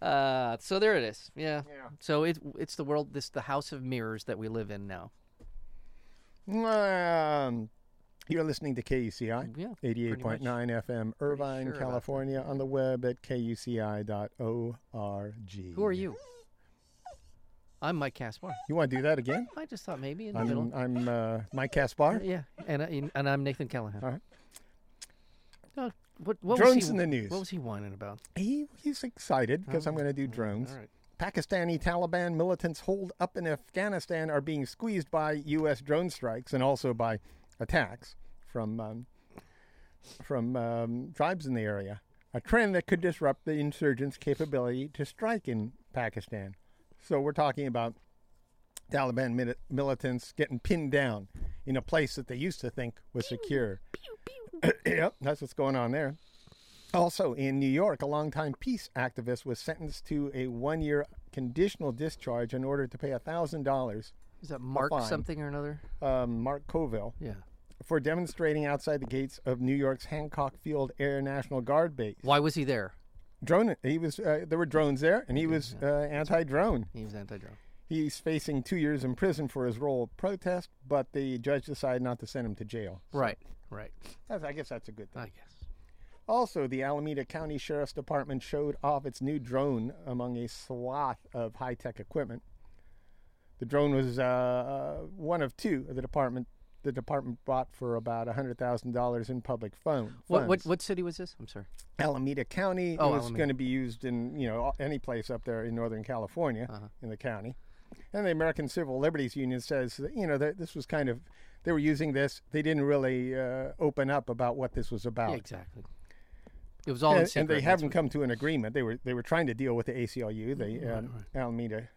Speaker 2: Uh, so there it is. Yeah. So it, it's the world, this the house of mirrors that we live in now.
Speaker 1: Um, you're listening to KUCI,
Speaker 2: Yeah,
Speaker 1: 88.9 FM, Irvine,
Speaker 2: sure about that.
Speaker 1: California, on the web at kuci.org.
Speaker 2: Who are you? I'm Mike Caspar.
Speaker 1: You want to do that again?
Speaker 2: I just thought maybe in the middle.
Speaker 1: I'm, I'm uh, Mike Caspar.
Speaker 2: Yeah, and I, and I'm Nathan Callahan.
Speaker 1: All right.
Speaker 2: Oh, what, what was
Speaker 1: Drones
Speaker 2: he,
Speaker 1: in the news.
Speaker 2: What was he whining about?
Speaker 1: He, he's excited because I'm going to do drones.
Speaker 2: Oh, All right.
Speaker 1: Pakistani Taliban militants holed up in Afghanistan are being squeezed by U.S. drone strikes and also by attacks from um, from um, tribes in the area. A trend that could disrupt the insurgents' capability to strike in Pakistan. So we're talking about Taliban mili- militants getting pinned down in a place that they used to think was secure. yep, that's what's going on there. Also in New York, a longtime peace activist was sentenced to a one year conditional discharge in order to pay $1,000,
Speaker 2: Is that Mark
Speaker 1: fine.
Speaker 2: something or another?
Speaker 1: um, Mark Coville,
Speaker 2: Yeah.
Speaker 1: for demonstrating outside the gates of New York's Hancock Field Air National Guard base.
Speaker 2: Why was he there?
Speaker 1: Drone, he was, uh, there were drones there, and he was uh, anti drone.
Speaker 2: He was anti-drone.
Speaker 1: He's facing two years in prison for his role of protest, but the judge decided not to send him to jail.
Speaker 2: Right. Right.
Speaker 1: That's, I guess that's a good thing.
Speaker 2: I guess.
Speaker 1: Also, the Alameda County Sheriff's Department showed off its new drone among a swath of high tech equipment. The drone was uh, one of two the department the department bought for about hundred thousand dollars in public phone.
Speaker 2: What, what
Speaker 1: funds.
Speaker 2: what city was this? I'm sorry.
Speaker 1: Alameda County
Speaker 2: Oh,
Speaker 1: is
Speaker 2: Alameda.
Speaker 1: going to be used in you know any place up there in Northern California
Speaker 2: Uh-huh.
Speaker 1: in the county, and the American Civil Liberties Union says that, you know that this was kind of they were using this. They didn't really uh, open up about what this was about.
Speaker 2: Yeah, exactly. It was all in
Speaker 1: and,
Speaker 2: secret.
Speaker 1: and they
Speaker 2: that's
Speaker 1: haven't
Speaker 2: what-
Speaker 1: come to an agreement. They were they were trying to deal with the ACLU, the um, Alameda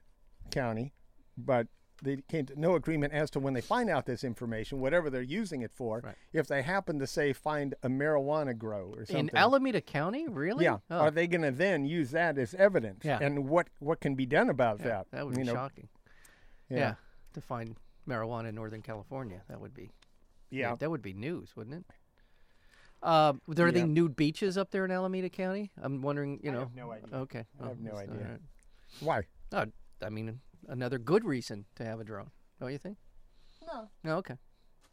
Speaker 1: County, but they came to no agreement as to when they find out this information, whatever they're using it for.
Speaker 2: Right.
Speaker 1: If they happen to say find a marijuana grow or something,
Speaker 2: in Alameda County, really?
Speaker 1: yeah,
Speaker 2: Oh,
Speaker 1: are they going to then use that as evidence?
Speaker 2: Yeah.
Speaker 1: and what what can be done about that?
Speaker 2: that would
Speaker 1: you
Speaker 2: be
Speaker 1: know?
Speaker 2: shocking.
Speaker 1: Yeah.
Speaker 2: To find marijuana in Northern California, that would be
Speaker 1: Yeah,
Speaker 2: that would be news, wouldn't it? Uh, were there
Speaker 1: Yeah.
Speaker 2: any nude beaches up there in Alameda County? I'm wondering. You know.
Speaker 1: have no idea.
Speaker 2: Okay.
Speaker 1: I have no
Speaker 2: that's all
Speaker 1: idea.
Speaker 2: right.
Speaker 1: why?
Speaker 2: Oh, I mean, another good reason to have a drone, don't you think?
Speaker 1: No.
Speaker 2: No, okay.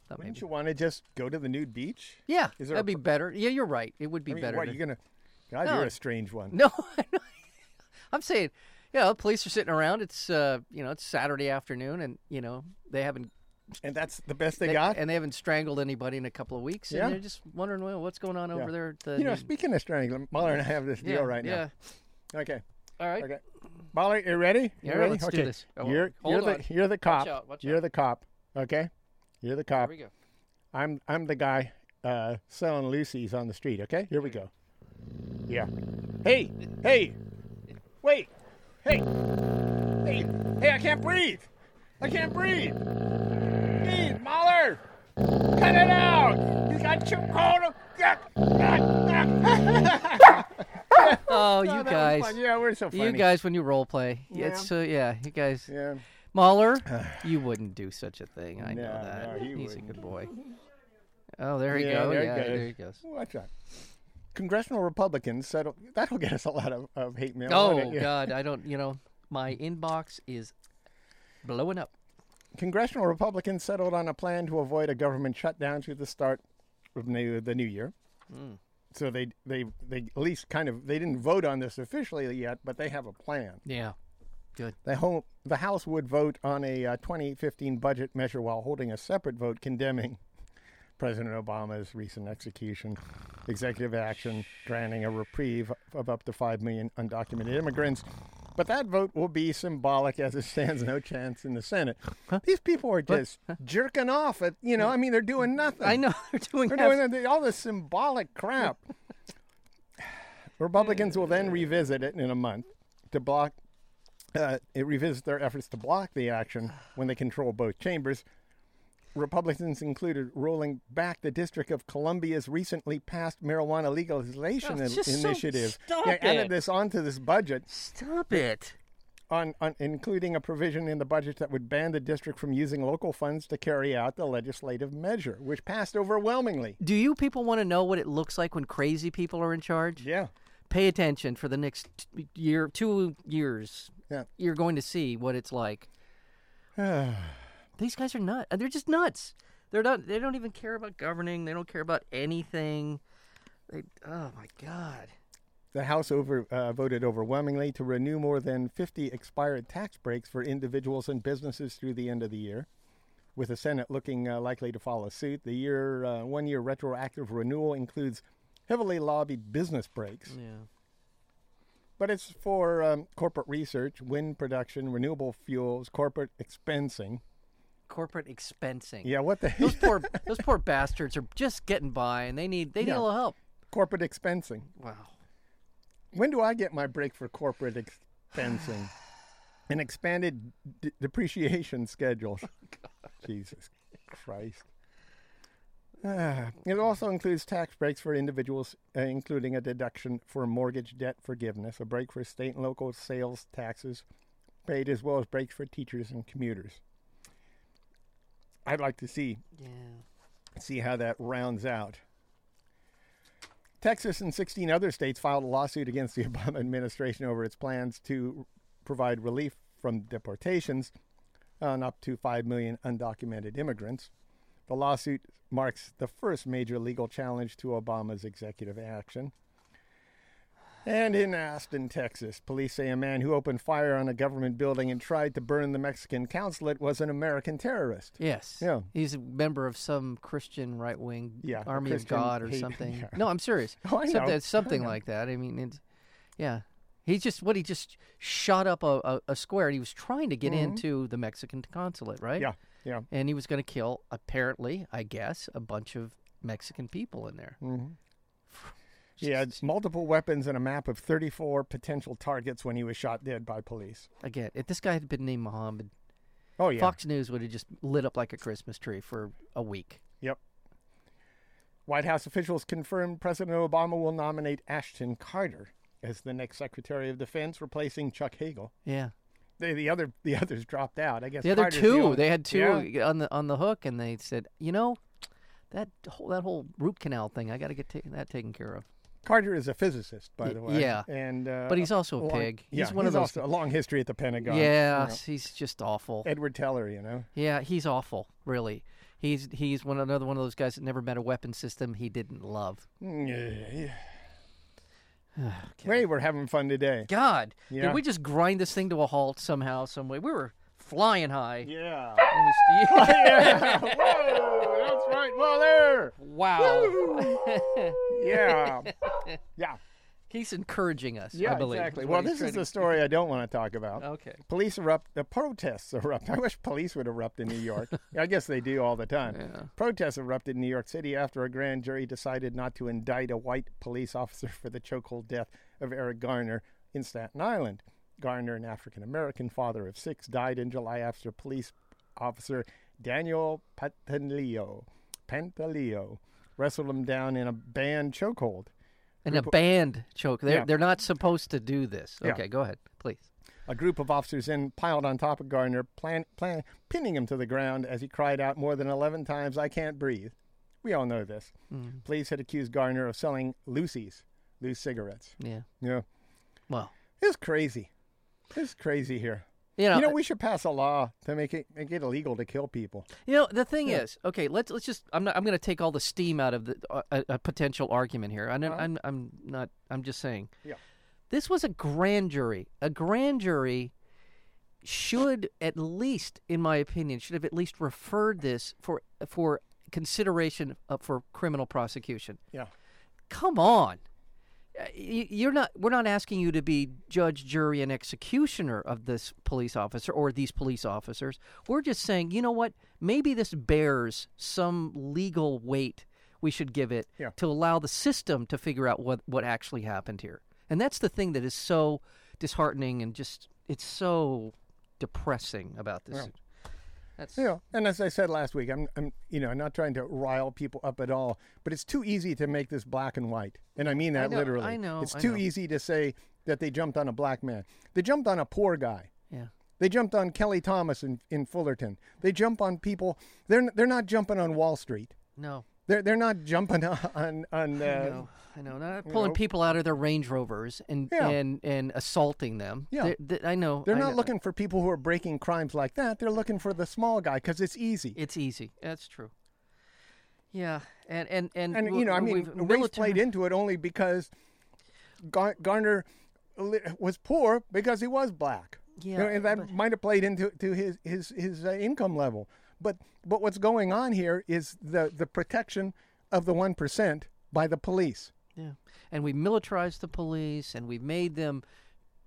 Speaker 2: Thought
Speaker 1: Wouldn't
Speaker 2: maybe.
Speaker 1: you want to just go to the nude beach?
Speaker 2: Yeah,
Speaker 1: Is there a
Speaker 2: that'd be better. Yeah, you're right. It would be
Speaker 1: I mean,
Speaker 2: better.
Speaker 1: what
Speaker 2: to-
Speaker 1: are you going to? God,
Speaker 2: No.
Speaker 1: you're a strange one.
Speaker 2: No, I'm saying, yeah, the police are sitting around. It's uh, you know, it's Saturday afternoon, and you know they haven't
Speaker 1: And that's the best they,
Speaker 2: they-
Speaker 1: got.
Speaker 2: and they haven't strangled anybody in a couple of weeks,
Speaker 1: Yeah.
Speaker 2: and they're just wondering, well, what's going on
Speaker 1: Yeah.
Speaker 2: over there? At the
Speaker 1: You know,
Speaker 2: new-
Speaker 1: speaking of strangling, Mahler and I have this
Speaker 2: yeah,
Speaker 1: deal right
Speaker 2: yeah.
Speaker 1: now. Okay.
Speaker 2: All right.
Speaker 1: Okay. Molly, you ready? You
Speaker 2: Yeah,
Speaker 1: ready?
Speaker 2: let's do
Speaker 1: okay.
Speaker 2: this. Oh,
Speaker 1: You're,
Speaker 2: hold
Speaker 1: you're
Speaker 2: on.
Speaker 1: the you're the cop.
Speaker 2: out, watch
Speaker 1: you're
Speaker 2: out.
Speaker 1: the cop. Okay. You're the
Speaker 2: Here
Speaker 1: cop.
Speaker 2: we go.
Speaker 1: I'm I'm the guy uh, selling Lucy's on the street. Okay. Here we go. Yeah. Hey. Hey. Wait. Hey. Hey. Hey. I can't breathe. I can't breathe. Breathe, Mahler. Cut it out. You got your own.
Speaker 2: Oh, you guys.
Speaker 1: Yeah, we're so funny.
Speaker 2: You guys, when you role play,
Speaker 1: Yeah.
Speaker 2: it's uh, yeah, you guys.
Speaker 1: Yeah.
Speaker 2: Mahler, you wouldn't do such a thing. I know
Speaker 1: No,
Speaker 2: that.
Speaker 1: no, he
Speaker 2: He's a
Speaker 1: wouldn't.
Speaker 2: good boy. Oh, there he
Speaker 1: Yeah,
Speaker 2: goes.
Speaker 1: there he
Speaker 2: yeah,
Speaker 1: goes.
Speaker 2: there he goes.
Speaker 1: Watch that. Congressional Republicans settle. That'll get us a lot of, of hate mail. won't
Speaker 2: Oh
Speaker 1: it? Yeah.
Speaker 2: God, I don't. You know, my inbox is blowing up.
Speaker 1: Congressional Republicans settled on a plan to avoid a government shutdown to the start of new, the new year.
Speaker 2: Hmm.
Speaker 1: So they they they at least kind of they didn't vote on this officially yet, but they have a plan.
Speaker 2: Yeah. Good.
Speaker 1: The home, the House would vote on a uh, 2015 budget measure while holding a separate vote condemning President Obama's recent execution, executive action granting a reprieve of up to 5 million undocumented immigrants. But that vote will be symbolic as it stands no chance in the Senate. These people are just jerking off at, you know, I mean, they're doing nothing.
Speaker 2: I know they're doing.
Speaker 1: They're
Speaker 2: half-
Speaker 1: doing the- all this symbolic crap. Republicans will then revisit it in a month to block. Uh, it revisits their efforts to block the action when they control both chambers. Republicans included rolling back the District of Columbia's recently passed marijuana legalization
Speaker 2: Oh,
Speaker 1: in-
Speaker 2: just so-
Speaker 1: initiative.
Speaker 2: stop
Speaker 1: They
Speaker 2: it.
Speaker 1: added this onto this budget
Speaker 2: Stop it.
Speaker 1: on, on including a provision in the budget that would ban the district from using local funds to carry out the legislative measure, which passed overwhelmingly.
Speaker 2: Do you people want to know what it looks like when crazy people are in charge?
Speaker 1: Yeah.
Speaker 2: Pay attention for the next t- year, two years.
Speaker 1: Yeah.
Speaker 2: You're going to see what it's like. These guys are nuts. They're just nuts. They're not. They don't even care about governing. They don't care about anything. They. Oh my God.
Speaker 1: The House over, uh, voted overwhelmingly to renew more than 50 expired tax breaks for individuals and businesses through the end of the year. With the Senate looking uh, likely to follow suit, the year uh, one year retroactive renewal includes heavily lobbied business breaks,
Speaker 2: Yeah.
Speaker 1: but it's for um, corporate research, wind production, renewable fuels, corporate expensing.
Speaker 2: Corporate expensing.
Speaker 1: Yeah, what the
Speaker 2: Those poor. those poor bastards are just getting by, and they need. They need
Speaker 1: Yeah.
Speaker 2: a little help.
Speaker 1: corporate expensing?
Speaker 2: Wow.
Speaker 1: When do I get my break for corporate expensing? An expanded d- depreciation schedule. Jesus Christ. Ah, it also includes tax breaks for individuals, uh, including a deduction for mortgage debt forgiveness, a break for state and local sales taxes paid, as well as breaks for teachers and commuters. I'd like to see
Speaker 2: Yeah.
Speaker 1: see how that rounds out. Texas and 16 other states filed a lawsuit against the Obama administration over its plans to provide relief from deportations on up to 5 million undocumented immigrants. The lawsuit marks the first major legal challenge to Obama's executive action. And in Aston, Texas, police say a man who opened fire on a government building and tried to burn the Mexican consulate was an American terrorist.
Speaker 2: Yes.
Speaker 1: Yeah.
Speaker 2: He's a member of some Christian right wing
Speaker 1: Yeah, a
Speaker 2: army
Speaker 1: Christian
Speaker 2: of God or
Speaker 1: hate-
Speaker 2: something.
Speaker 1: yeah.
Speaker 2: No, I'm serious.
Speaker 1: Oh, I know.
Speaker 2: Something, something like that. I mean, it's, yeah. He just what he just shot up a, a, a square. and He was trying to get into the Mexican consulate, right?
Speaker 1: Mm-hmm. Yeah, yeah.
Speaker 2: And he was going to kill, apparently, I guess, a bunch of Mexican people in there.
Speaker 1: Mm-hmm. Yeah, multiple weapons and a map of 34 potential targets when he was shot dead by police.
Speaker 2: Again, if this guy had been named Mohammed,
Speaker 1: Oh yeah.
Speaker 2: Fox News would have just lit up like a Christmas tree for a week.
Speaker 1: Yep. White House officials confirmed President Obama will nominate Ashton Carter as the next Secretary of Defense, replacing Chuck Hagel.
Speaker 2: Yeah.
Speaker 1: The, the other the others dropped out. I guess
Speaker 2: The other
Speaker 1: Carter's
Speaker 2: two,
Speaker 1: only-
Speaker 2: they had two
Speaker 1: Yeah.
Speaker 2: on the on the hook, and they said, you know, that whole that whole root canal thing, I got to get ta- that taken care of.
Speaker 1: Carter is a physicist, by the way.
Speaker 2: yeah.
Speaker 1: And uh,
Speaker 2: But he's also a
Speaker 1: long-
Speaker 2: pig.
Speaker 1: Yeah,
Speaker 2: He's one of
Speaker 1: he's
Speaker 2: those-
Speaker 1: also a long history at the Pentagon.
Speaker 2: yeah, he's just awful.
Speaker 1: Edward Teller, you know.
Speaker 2: Yeah, he's awful, really. He's he's one another one of those guys that never met a weapon system he didn't love.
Speaker 1: Yeah. Hey, we're having fun today.
Speaker 2: God,
Speaker 1: Yeah.
Speaker 2: did we just grind this thing to a halt somehow, some way? We were flying high.
Speaker 1: Yeah.
Speaker 2: And we st- yeah,
Speaker 1: yeah. Whoa, that's right. Well, there.
Speaker 2: wow.
Speaker 1: Yeah. Yeah.
Speaker 2: He's encouraging us.
Speaker 1: Yeah,
Speaker 2: I believe,
Speaker 1: exactly. Well,
Speaker 2: what he's
Speaker 1: this is
Speaker 2: trying
Speaker 1: the
Speaker 2: to- Oh,
Speaker 1: story I don't want to talk about.
Speaker 2: Okay.
Speaker 1: Police erupt. The protests erupt. I wish police would erupt in New York. I guess they do all the time. Protests erupted in New York City after a grand jury decided not to indict a white police officer for the chokehold death of Eric Garner in Staten Island. Garner, an African American father of six, died in July after police officer Daniel Pantaleo, Pantaleo wrestled him down in a banned chokehold.
Speaker 2: And a band choke. They're
Speaker 1: Yeah.
Speaker 2: they're not supposed to do this.
Speaker 1: Yeah.
Speaker 2: Okay, go ahead, please.
Speaker 1: A group of officers then piled on top of Gardner, plan, plan, pinning him to the ground as he cried out more than 11 times, I can't breathe. We all know this. Police had accused Gardner of selling Lucy's, loose cigarettes.
Speaker 2: Yeah.
Speaker 1: Yeah.
Speaker 2: Well,
Speaker 1: It's crazy. It's crazy here.
Speaker 2: you know,
Speaker 1: you know, we should pass a law to make it make it illegal to kill people.
Speaker 2: You know, the thing is, okay, let's let's just. I'm not. I'm going to take all the steam out of the, uh, a, a potential argument here. I'm, I'm I'm not. I'm just saying.
Speaker 1: Uh-huh. Yeah.
Speaker 2: This was a grand jury. A grand jury should at least, in my opinion, should have at least referred this for for consideration uh, for criminal prosecution.
Speaker 1: Yeah.
Speaker 2: Come on. Uh, y- You're not. We're not asking you to be judge, jury, and executioner of this police officer or these police officers. We're just saying, you know what? Maybe this bears some legal weight. We should give it
Speaker 1: Yeah.
Speaker 2: to allow the system to figure out what what actually happened here. And that's the thing that is so disheartening and just it's so depressing about this. That's
Speaker 1: Yeah, and as I said last week, I'm, I'm, you know, I'm not trying to rile people up at all, but it's too easy to make this black and white, and I mean that
Speaker 2: know,
Speaker 1: literally.
Speaker 2: I know,
Speaker 1: It's
Speaker 2: I
Speaker 1: too
Speaker 2: know.
Speaker 1: easy to say that they jumped on a black man. They jumped on a poor guy.
Speaker 2: yeah.
Speaker 1: They jumped on Kelly Thomas in, in Fullerton. They jump on people. They're n- they're not jumping on Wall Street.
Speaker 2: No.
Speaker 1: They're they're not jumping on on.
Speaker 2: I
Speaker 1: Uh,
Speaker 2: know, I know. Not pulling people out of their Range Rovers and
Speaker 1: Yeah.
Speaker 2: and, and assaulting them.
Speaker 1: Yeah.
Speaker 2: They- they- I know.
Speaker 1: they're
Speaker 2: I
Speaker 1: not
Speaker 2: know.
Speaker 1: looking for people who are breaking crimes like that. They're looking for the small guy because it's easy.
Speaker 2: It's easy. That's true. Yeah, and and and,
Speaker 1: and
Speaker 2: w-
Speaker 1: you know, I mean,
Speaker 2: we've-
Speaker 1: race
Speaker 2: military-
Speaker 1: played into it only because Gar- Garner li- was poor because he was black. You know,
Speaker 2: Yeah,
Speaker 1: and that might have played into to his his his uh, income level. But but what's going on here is the the protection of the one percent by the police.
Speaker 2: Yeah, and we militarized the police, and we've made them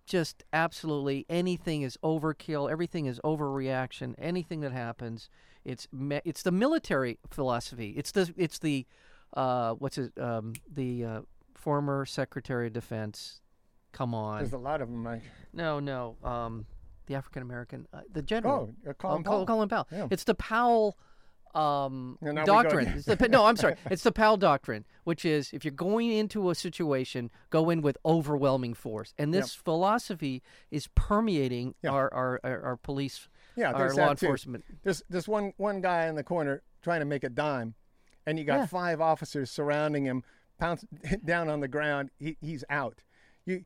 Speaker 2: just absolutely anything is overkill. Everything is overreaction. Anything that happens, it's me- it's the military philosophy. It's the it's the uh, what's it um, the uh, former Secretary of Defense. Come on,
Speaker 1: There's a lot of them. Like,
Speaker 2: no, no, um, the African American, uh, the general.
Speaker 1: Oh, uh, Colin
Speaker 2: Um,
Speaker 1: Powell.
Speaker 2: Colin Powell.
Speaker 1: Yeah.
Speaker 2: It's the Powell um,
Speaker 1: Yeah, now we go
Speaker 2: doctrine.
Speaker 1: again.
Speaker 2: It's the Pa- no, I'm sorry. It's the Powell doctrine, which is if you're going into a situation, go in with overwhelming force. And this philosophy is permeating our, our, our, our police,
Speaker 1: Yeah,
Speaker 2: our
Speaker 1: there's
Speaker 2: law
Speaker 1: that too.
Speaker 2: enforcement.
Speaker 1: There's there's one one guy in the corner trying to make a dime, and you got
Speaker 2: Yeah.
Speaker 1: five officers surrounding him, pounce down on the ground. He, he's out. You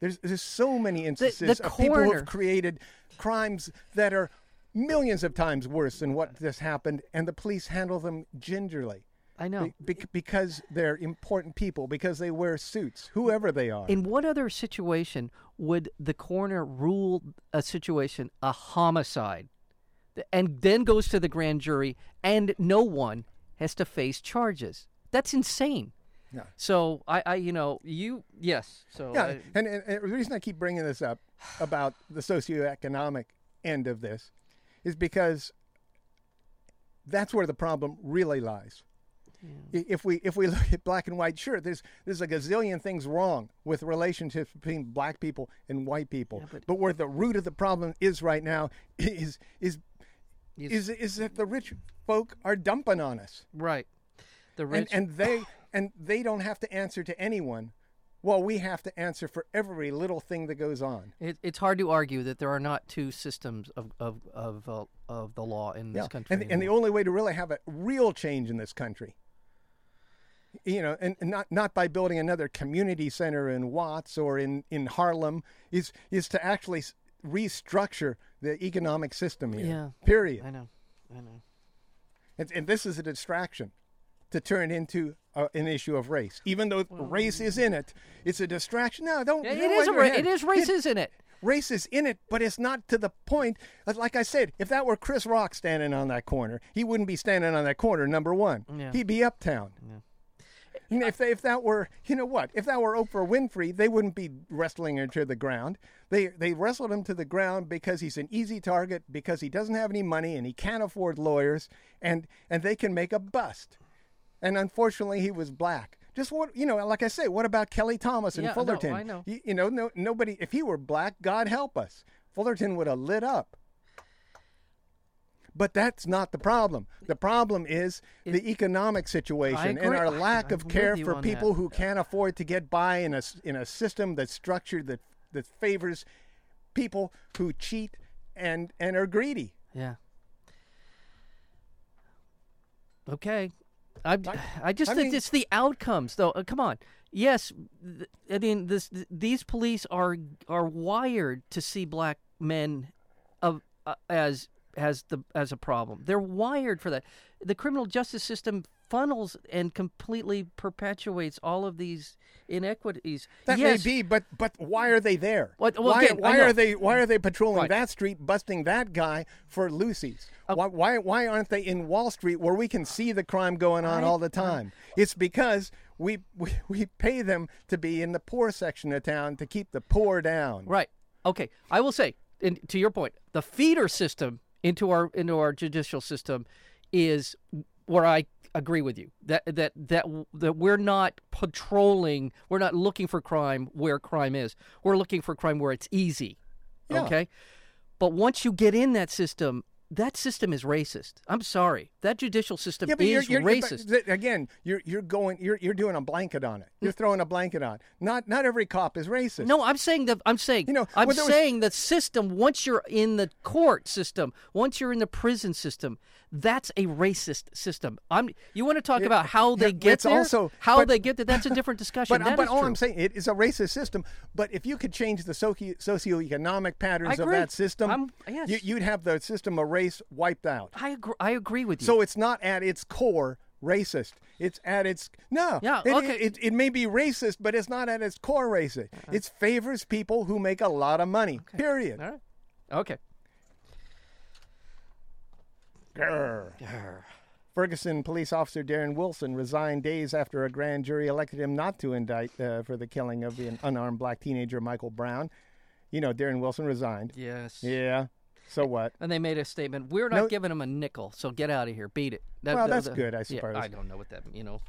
Speaker 1: there's there's so many instances of people who
Speaker 2: coroner-
Speaker 1: have created crimes that are millions of times worse than what this happened, and the police handle them gingerly.
Speaker 2: I know.
Speaker 1: Be- bec- because they're important people, because they wear suits, whoever they are.
Speaker 2: In what other situation would the coroner rule a situation a homicide th- and then goes to the grand jury and no one has to face charges? That's insane.
Speaker 1: Yeah.
Speaker 2: So I, I you know, you yes. So uh,
Speaker 1: Yeah,
Speaker 2: I-
Speaker 1: and, and, and the reason I keep bringing this up about the socioeconomic end of this is because that's where the problem really lies. I- If we if we look at black and white, sure, there's there's a gazillion things wrong with relationships between black people and white people. but, where the root of the problem is right now is is is is that the rich folk are dumping on us
Speaker 2: right. The
Speaker 1: and,
Speaker 2: rich
Speaker 1: and they and they don't have to answer to anyone well we have to answer for every little thing that goes on
Speaker 2: it, it's hard to argue that there are not two systems of of of, uh, of the law in this country.
Speaker 1: and, and the
Speaker 2: anymore.
Speaker 1: only way to really have a real change in this country you know and, and not not by building another community center in watts or in in harlem is is to actually s- restructure the economic system here
Speaker 2: Yeah.
Speaker 1: period
Speaker 2: I know. I know.
Speaker 1: And, and this is a distraction to turn into uh, an issue of race. Even though race is in it, it's a distraction. No, don't.
Speaker 2: It
Speaker 1: don't
Speaker 2: is
Speaker 1: wag
Speaker 2: a
Speaker 1: your
Speaker 2: ra-
Speaker 1: head.
Speaker 2: it is race, isn't it?
Speaker 1: Race is in it, but it's not to the point. But Like I said, if that were Chris Rock standing on that corner, he wouldn't be standing on that corner, number one.
Speaker 2: Yeah.
Speaker 1: He'd be uptown. And if, they, if that were, you know what? If that were Oprah Winfrey, they wouldn't be wrestling her to the ground. They, they wrestled him to the ground because he's an easy target, because he doesn't have any money and he can't afford lawyers, and, and they can make a bust. And unfortunately, he was black. Just what you know, like I say, what about Kelly Thomas and
Speaker 2: Yeah, no,
Speaker 1: Fullerton?
Speaker 2: I know.
Speaker 1: You, you know, no, nobody. If he were black, God help us, Fullerton would have lit up. But that's not the problem. The problem is the economic situation and
Speaker 2: agree.
Speaker 1: our lack
Speaker 2: I'm
Speaker 1: of care
Speaker 2: with you
Speaker 1: for
Speaker 2: on
Speaker 1: people
Speaker 2: that.
Speaker 1: who can't afford to get by in a s- in a system that's structured that that favors people who cheat and and are greedy.
Speaker 2: Yeah. Okay. I, I just
Speaker 1: I
Speaker 2: think
Speaker 1: mean-
Speaker 2: it's the outcomes, though. Uh, come on. Yes, th- I mean this. th- these police are are wired to see black men of uh, as as the as a problem. They're wired for that. The criminal justice system funnels and completely perpetuates all of these inequities.
Speaker 1: That
Speaker 2: yes,
Speaker 1: may be, but but why are they there?
Speaker 2: What- well,
Speaker 1: why
Speaker 2: again, I
Speaker 1: why
Speaker 2: know.
Speaker 1: are they why are they patrolling
Speaker 2: Right. Uh,
Speaker 1: that street, busting that guy for Lucy's? why, why why aren't they in Wall Street where we can see the crime going on all the time? it's because we, we we pay them to be in the poor section of town to keep the poor down.
Speaker 2: Right. Okay. I will say, and to your point, the feeder system into our into our judicial system is where I agree with you that that that that we're not patrolling, we're not looking for crime where crime is. We're looking for crime where it's easy.
Speaker 1: Yeah.
Speaker 2: Okay. But once you get in that system, that system is racist. I'm sorry. That judicial system
Speaker 1: Yeah, but you're,
Speaker 2: is
Speaker 1: you're, you're- but
Speaker 2: racist.
Speaker 1: th- again, you're you're going you're you're doing a blanket on it. You're
Speaker 2: Mm.
Speaker 1: throwing a blanket on. it. Not not every cop is racist.
Speaker 2: No, I'm saying that I'm saying
Speaker 1: You know,
Speaker 2: I'm
Speaker 1: when there was-
Speaker 2: saying the system. Once you're in the court system, once you're in the prison system, that's a racist system. I'm. You want to talk about how they
Speaker 1: yeah,
Speaker 2: get
Speaker 1: it's
Speaker 2: there?
Speaker 1: also-
Speaker 2: how
Speaker 1: but-
Speaker 2: they get there? That's a different discussion.
Speaker 1: But, uh,
Speaker 2: That
Speaker 1: but
Speaker 2: is
Speaker 1: all
Speaker 2: true.
Speaker 1: I'm saying, it is a racist system. But if you could change the soci- socioeconomic patterns of
Speaker 2: agree.
Speaker 1: that system,
Speaker 2: I'm- yes.
Speaker 1: you, you'd have the system of race wiped out.
Speaker 2: I agree. I agree with you.
Speaker 1: So it's not at its core racist. It's at its no.
Speaker 2: Yeah,
Speaker 1: It,
Speaker 2: okay. Uh-uh.
Speaker 1: It, it, it may be racist, but it's not at its core racist. It favors people who make a lot of money. Period.
Speaker 2: all right. Okay.
Speaker 1: Grr. Ferguson police officer Darren Wilson resigned days after a grand jury elected him not to indict uh, for the killing of an unarmed black teenager, Michael Brown. You know, Darren Wilson resigned.
Speaker 2: Yes.
Speaker 1: Yeah. So what?
Speaker 2: And they made a statement. We're not
Speaker 1: No-
Speaker 2: giving him a nickel, so get out of here. Beat it. That-
Speaker 1: Well,
Speaker 2: that-
Speaker 1: that's
Speaker 2: that-
Speaker 1: good, I
Speaker 2: yeah,
Speaker 1: suppose.
Speaker 2: I don't know what that. You know.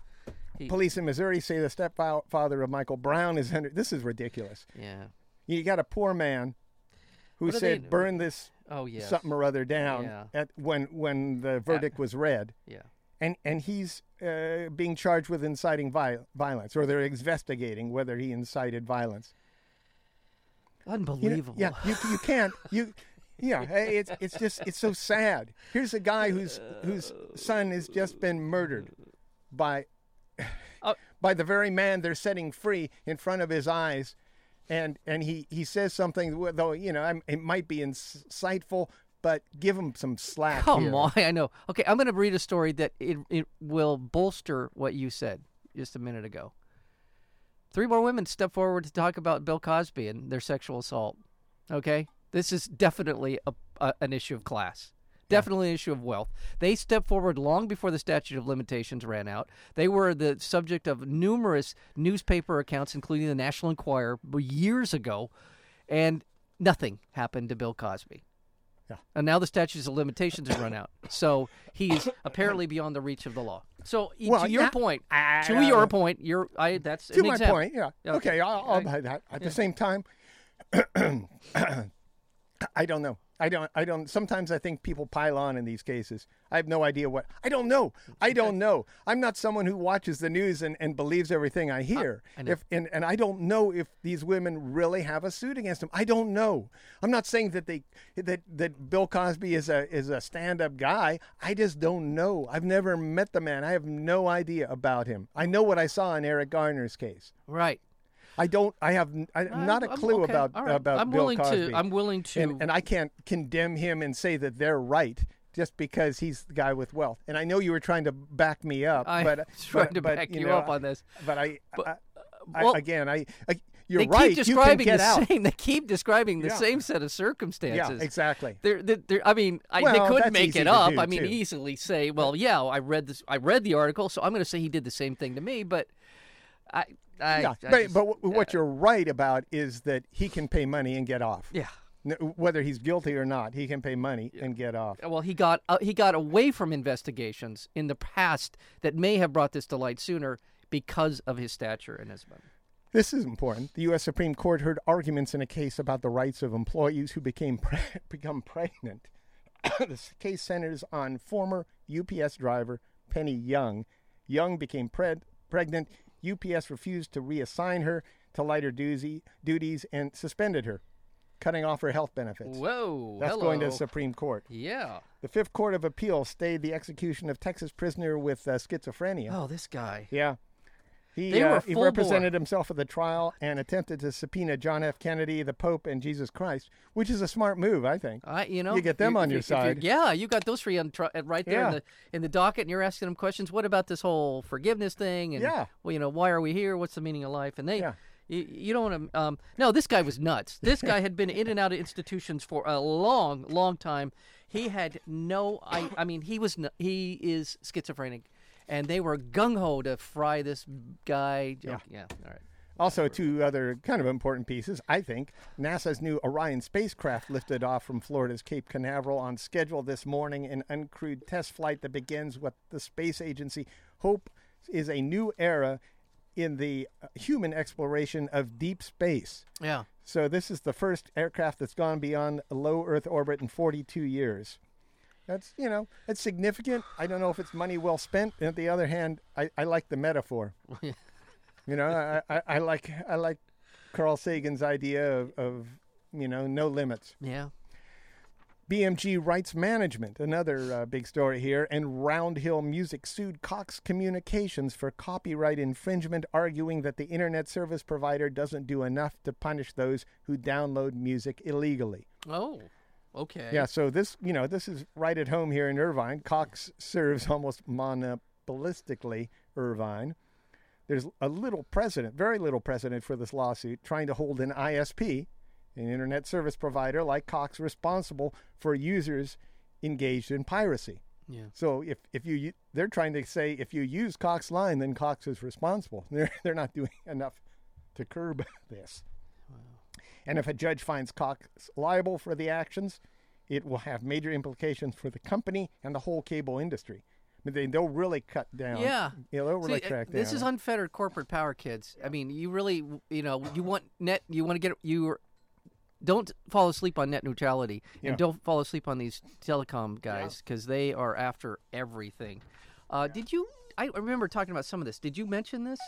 Speaker 1: Police in Missouri say the stepfather of Michael Brown is under. This is ridiculous.
Speaker 2: Yeah.
Speaker 1: You got a poor man who
Speaker 2: What do they-
Speaker 1: said, "Burn this
Speaker 2: Oh yeah.
Speaker 1: something or other down."
Speaker 2: Yeah.
Speaker 1: At when when the verdict was read,
Speaker 2: Yeah.
Speaker 1: and and he's uh, being charged with inciting viol- violence, or they're investigating whether he incited violence. You know,
Speaker 2: Unbelievable.
Speaker 1: yeah, you you can't you. Yeah, hey, it's it's just it's so sad. Here's a guy whose whose son has just been murdered by
Speaker 2: Oh.
Speaker 1: by the very man they're setting free in front of his eyes, and and he he says something wh- though you know I'm- it might be insightful, but give him some slack.
Speaker 2: Come
Speaker 1: here.
Speaker 2: on, I know. Okay, I'm going to read a story that it, it will bolster what you said just a minute ago. Three more women step forward to talk about Bill Cosby and their sexual assault. Okay, this is definitely a, a, an issue of class. Definitely an issue of wealth. They stepped forward long before the statute of limitations ran out. They were the subject of numerous newspaper accounts, including the National Enquirer, years ago, and nothing happened to Bill Cosby. And now the statutes of limitations have run out. So he's apparently beyond the reach of the law. So y-
Speaker 1: Well,
Speaker 2: to your
Speaker 1: yeah,
Speaker 2: point,
Speaker 1: I-
Speaker 2: to
Speaker 1: I-
Speaker 2: your point, you're I that's
Speaker 1: to
Speaker 2: an
Speaker 1: my
Speaker 2: example.
Speaker 1: point. Yeah.
Speaker 2: Okay.
Speaker 1: Okay, I'll, I'll buy
Speaker 2: I-
Speaker 1: that. At the same time, I don't know. I don't. I don't. Sometimes I think people pile on in these cases. I have no idea what. I don't know. I don't know. I'm not someone who watches the news and, and believes everything I hear. if and, and I don't know if these women really have a suit against them. I don't know. I'm not saying that they that that Bill Cosby is a is a stand up guy. I just don't know. I've never met the man. I have no idea about him. I know what I saw in Eric Garner's case.
Speaker 2: Right.
Speaker 1: I don't. I have. n- I, am not a
Speaker 2: I'm-
Speaker 1: clue
Speaker 2: okay,
Speaker 1: about
Speaker 2: all right.
Speaker 1: about
Speaker 2: I'm
Speaker 1: Bill
Speaker 2: willing to-
Speaker 1: Cosby.
Speaker 2: I'm willing to-
Speaker 1: and, and I can't condemn him and say that they're right just because he's the guy with wealth. And I know you were trying to back me up,
Speaker 2: I
Speaker 1: but
Speaker 2: trying
Speaker 1: but-
Speaker 2: to
Speaker 1: but,
Speaker 2: back
Speaker 1: you
Speaker 2: you
Speaker 1: know,
Speaker 2: up on this.
Speaker 1: But I, I, I
Speaker 2: uh, well-
Speaker 1: again, I, I You're
Speaker 2: they
Speaker 1: right.
Speaker 2: keep
Speaker 1: you can
Speaker 2: describing
Speaker 1: get
Speaker 2: the
Speaker 1: out.
Speaker 2: same. They keep describing the
Speaker 1: Yeah.
Speaker 2: same set of
Speaker 1: Yeah,
Speaker 2: circumstances.
Speaker 1: exactly.
Speaker 2: They're, they're, they're- I mean, I,
Speaker 1: Well,
Speaker 2: they
Speaker 1: that's
Speaker 2: could make
Speaker 1: easy
Speaker 2: it
Speaker 1: to
Speaker 2: up.
Speaker 1: do,
Speaker 2: I mean,
Speaker 1: too.
Speaker 2: easily say, "Well, yeah, I read this. I read the article, so I'm going to say he did the same thing to me." But I, I,
Speaker 1: yeah,
Speaker 2: I
Speaker 1: but,
Speaker 2: just-
Speaker 1: but wh- what you're right about is that he can pay money and get off.
Speaker 2: yeah.
Speaker 1: N- Whether he's guilty or not, he can pay money and get off.
Speaker 2: Well, he got uh, he got away from investigations in the past that may have brought this to light sooner because of his stature and his money.
Speaker 1: This is important. The U.S. Supreme Court heard arguments in a case about the rights of employees who became pre- become pregnant. this case centers on former UPS driver Penny Young. Young became pre- pregnant. UPS refused to reassign her to lighter doozy, duties and suspended her, cutting off her health benefits.
Speaker 2: Whoa,
Speaker 1: That's
Speaker 2: hello.
Speaker 1: going to Supreme Court.
Speaker 2: yeah.
Speaker 1: The Fifth Court of Appeal stayed the execution of Texas prisoner with uh, schizophrenia.
Speaker 2: Oh, this guy.
Speaker 1: Yeah. He,
Speaker 2: They were
Speaker 1: uh, he
Speaker 2: full
Speaker 1: represented himself at the trial and attempted to subpoena John F. Kennedy, the Pope, and Jesus Christ, which is a smart move, I think.
Speaker 2: I, you know,
Speaker 1: You get them
Speaker 2: if
Speaker 1: on your
Speaker 2: if you're-
Speaker 1: side.
Speaker 2: Yeah, you got those three on tr- uh, right there
Speaker 1: Yeah.
Speaker 2: in the in the docket, and you're asking them questions. What about this whole forgiveness thing? And
Speaker 1: Yeah.
Speaker 2: well, you know, why are we here? What's the meaning of life? And they.
Speaker 1: Yeah.
Speaker 2: You, you don't want to. Um, no, this guy was nuts. This guy had been in and out of institutions for a long, long time. He had no. I. I mean, he was. n- He is schizophrenic, and they were gung ho to fry this guy. Yeah. yeah. All right.
Speaker 1: Also, two other kind of important pieces, I think. NASA's new Orion spacecraft lifted off from Florida's Cape Canaveral on schedule this morning, an uncrewed test flight that begins what the space agency hope is a new era in the uh, human exploration of deep space.
Speaker 2: Yeah.
Speaker 1: So this is the first aircraft that's gone beyond low Earth orbit in 42 years. That's you know that's significant. I don't know if it's money well spent. And on the other hand, I, I like the metaphor. you know, I, I, I like I like Carl Sagan's idea of, of you know no limits.
Speaker 2: Yeah.
Speaker 1: BMG Rights Management, another uh, big story here, and Round Hill Music sued Cox Communications for copyright infringement, arguing that the internet service provider doesn't do enough to punish those who download music illegally.
Speaker 2: Oh. Okay.
Speaker 1: Yeah, so this, you know, this is right at home here in Irvine. Cox serves almost monopolistically Irvine. There's a little precedent, very little precedent for this lawsuit, trying to hold an ISP, an internet service provider like Cox, responsible for users engaged in piracy.
Speaker 2: Yeah.
Speaker 1: So if, if you u- they're trying to say if you use Cox line, then Cox is responsible. They're they're not doing enough to curb this. And if a judge finds Cox liable for the actions, it will have major implications for the company and the whole cable industry. I mean, they, they'll really cut down.
Speaker 2: Yeah.
Speaker 1: you know, they'll
Speaker 2: See,
Speaker 1: really
Speaker 2: uh,
Speaker 1: track down.
Speaker 2: this is unfettered corporate power, kids. I mean, you really, you know, you want net, you want to get, you are- don't fall asleep on net neutrality,
Speaker 1: Yeah.
Speaker 2: and don't fall asleep on these telecom guys because they are after everything. Uh, Did you? I remember talking about some of this. Did you mention this?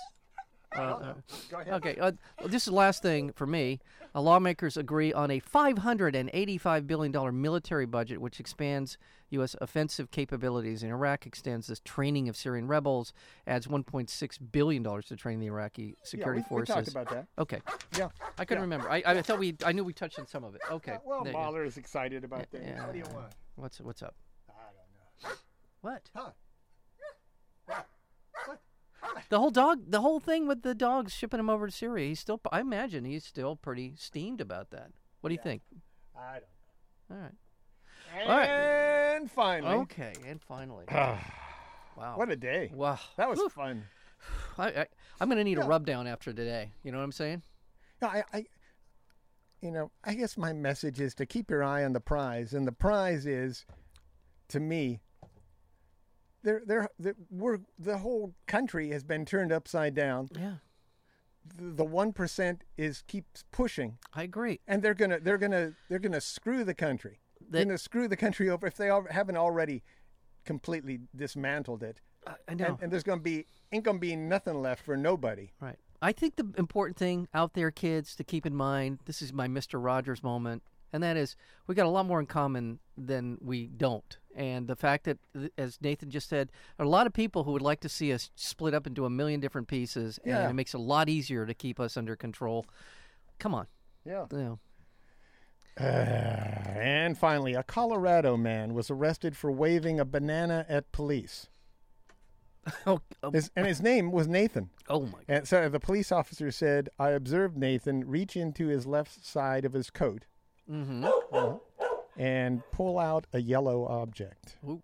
Speaker 1: Go ahead.
Speaker 2: Okay, uh, this is the last thing for me. Uh, lawmakers agree on a $585 billion military budget, which expands U.S. offensive capabilities in Iraq, extends the training of Syrian rebels, adds $1.6 billion to train the Iraqi
Speaker 1: yeah, we,
Speaker 2: security
Speaker 1: we
Speaker 2: forces.
Speaker 1: talked about that.
Speaker 2: okay,
Speaker 1: Yeah. Uh,
Speaker 2: I couldn't remember. I, I thought we, I knew we touched on some of it. Okay.
Speaker 1: Well,
Speaker 2: there you go.
Speaker 1: Mahler is excited about things.
Speaker 2: yeah.
Speaker 1: What do you want?
Speaker 2: what's what's up?
Speaker 1: I don't know.
Speaker 2: What?
Speaker 1: Huh.
Speaker 2: The whole dog, the whole thing with the dogs shipping him over to Syria. He's still, I imagine, he's still pretty steamed about that. What do you think?
Speaker 1: I don't know.
Speaker 2: All right.
Speaker 1: And
Speaker 2: All right.
Speaker 1: finally,
Speaker 2: Okay, and finally. wow.
Speaker 1: what a day.
Speaker 2: wow.
Speaker 1: That was
Speaker 2: Oh. Whew.
Speaker 1: fun.
Speaker 2: I, I, I'm going to need a rub down after today. You know what I'm saying?
Speaker 1: No, I, I, you know, I guess my message is to keep your eye on the prize, and the prize is, to me. There, there, there- we're the whole country has been turned upside down.
Speaker 2: Yeah.
Speaker 1: The one percent is keeps pushing,
Speaker 2: I agree.
Speaker 1: and they're gonna, they're gonna, they're gonna screw the country. They're
Speaker 2: They-
Speaker 1: gonna screw the country over if they al- haven't already completely dismantled it.
Speaker 2: I, I know.
Speaker 1: And, and there's gonna be ain't gonna be nothing left for nobody.
Speaker 2: right. I think the important thing out there, kids, to keep in mind this is my Mr. Rogers moment, and that is we got a lot more in common than we don't. And the fact that, th- as Nathan just said, there are a lot of people who would like to see us split up into a million different pieces,
Speaker 1: Yeah.
Speaker 2: and it makes it a lot easier to keep us under control. Come on.
Speaker 1: Yeah.
Speaker 2: You know.
Speaker 1: And finally, a Colorado man was arrested for waving a banana at police.
Speaker 2: Oh, oh,
Speaker 1: His, and his name was Nathan.
Speaker 2: oh my!
Speaker 1: And so the police officer said, I observed Nathan reach into his left side of his coat and pull out a yellow object.
Speaker 2: Ooh.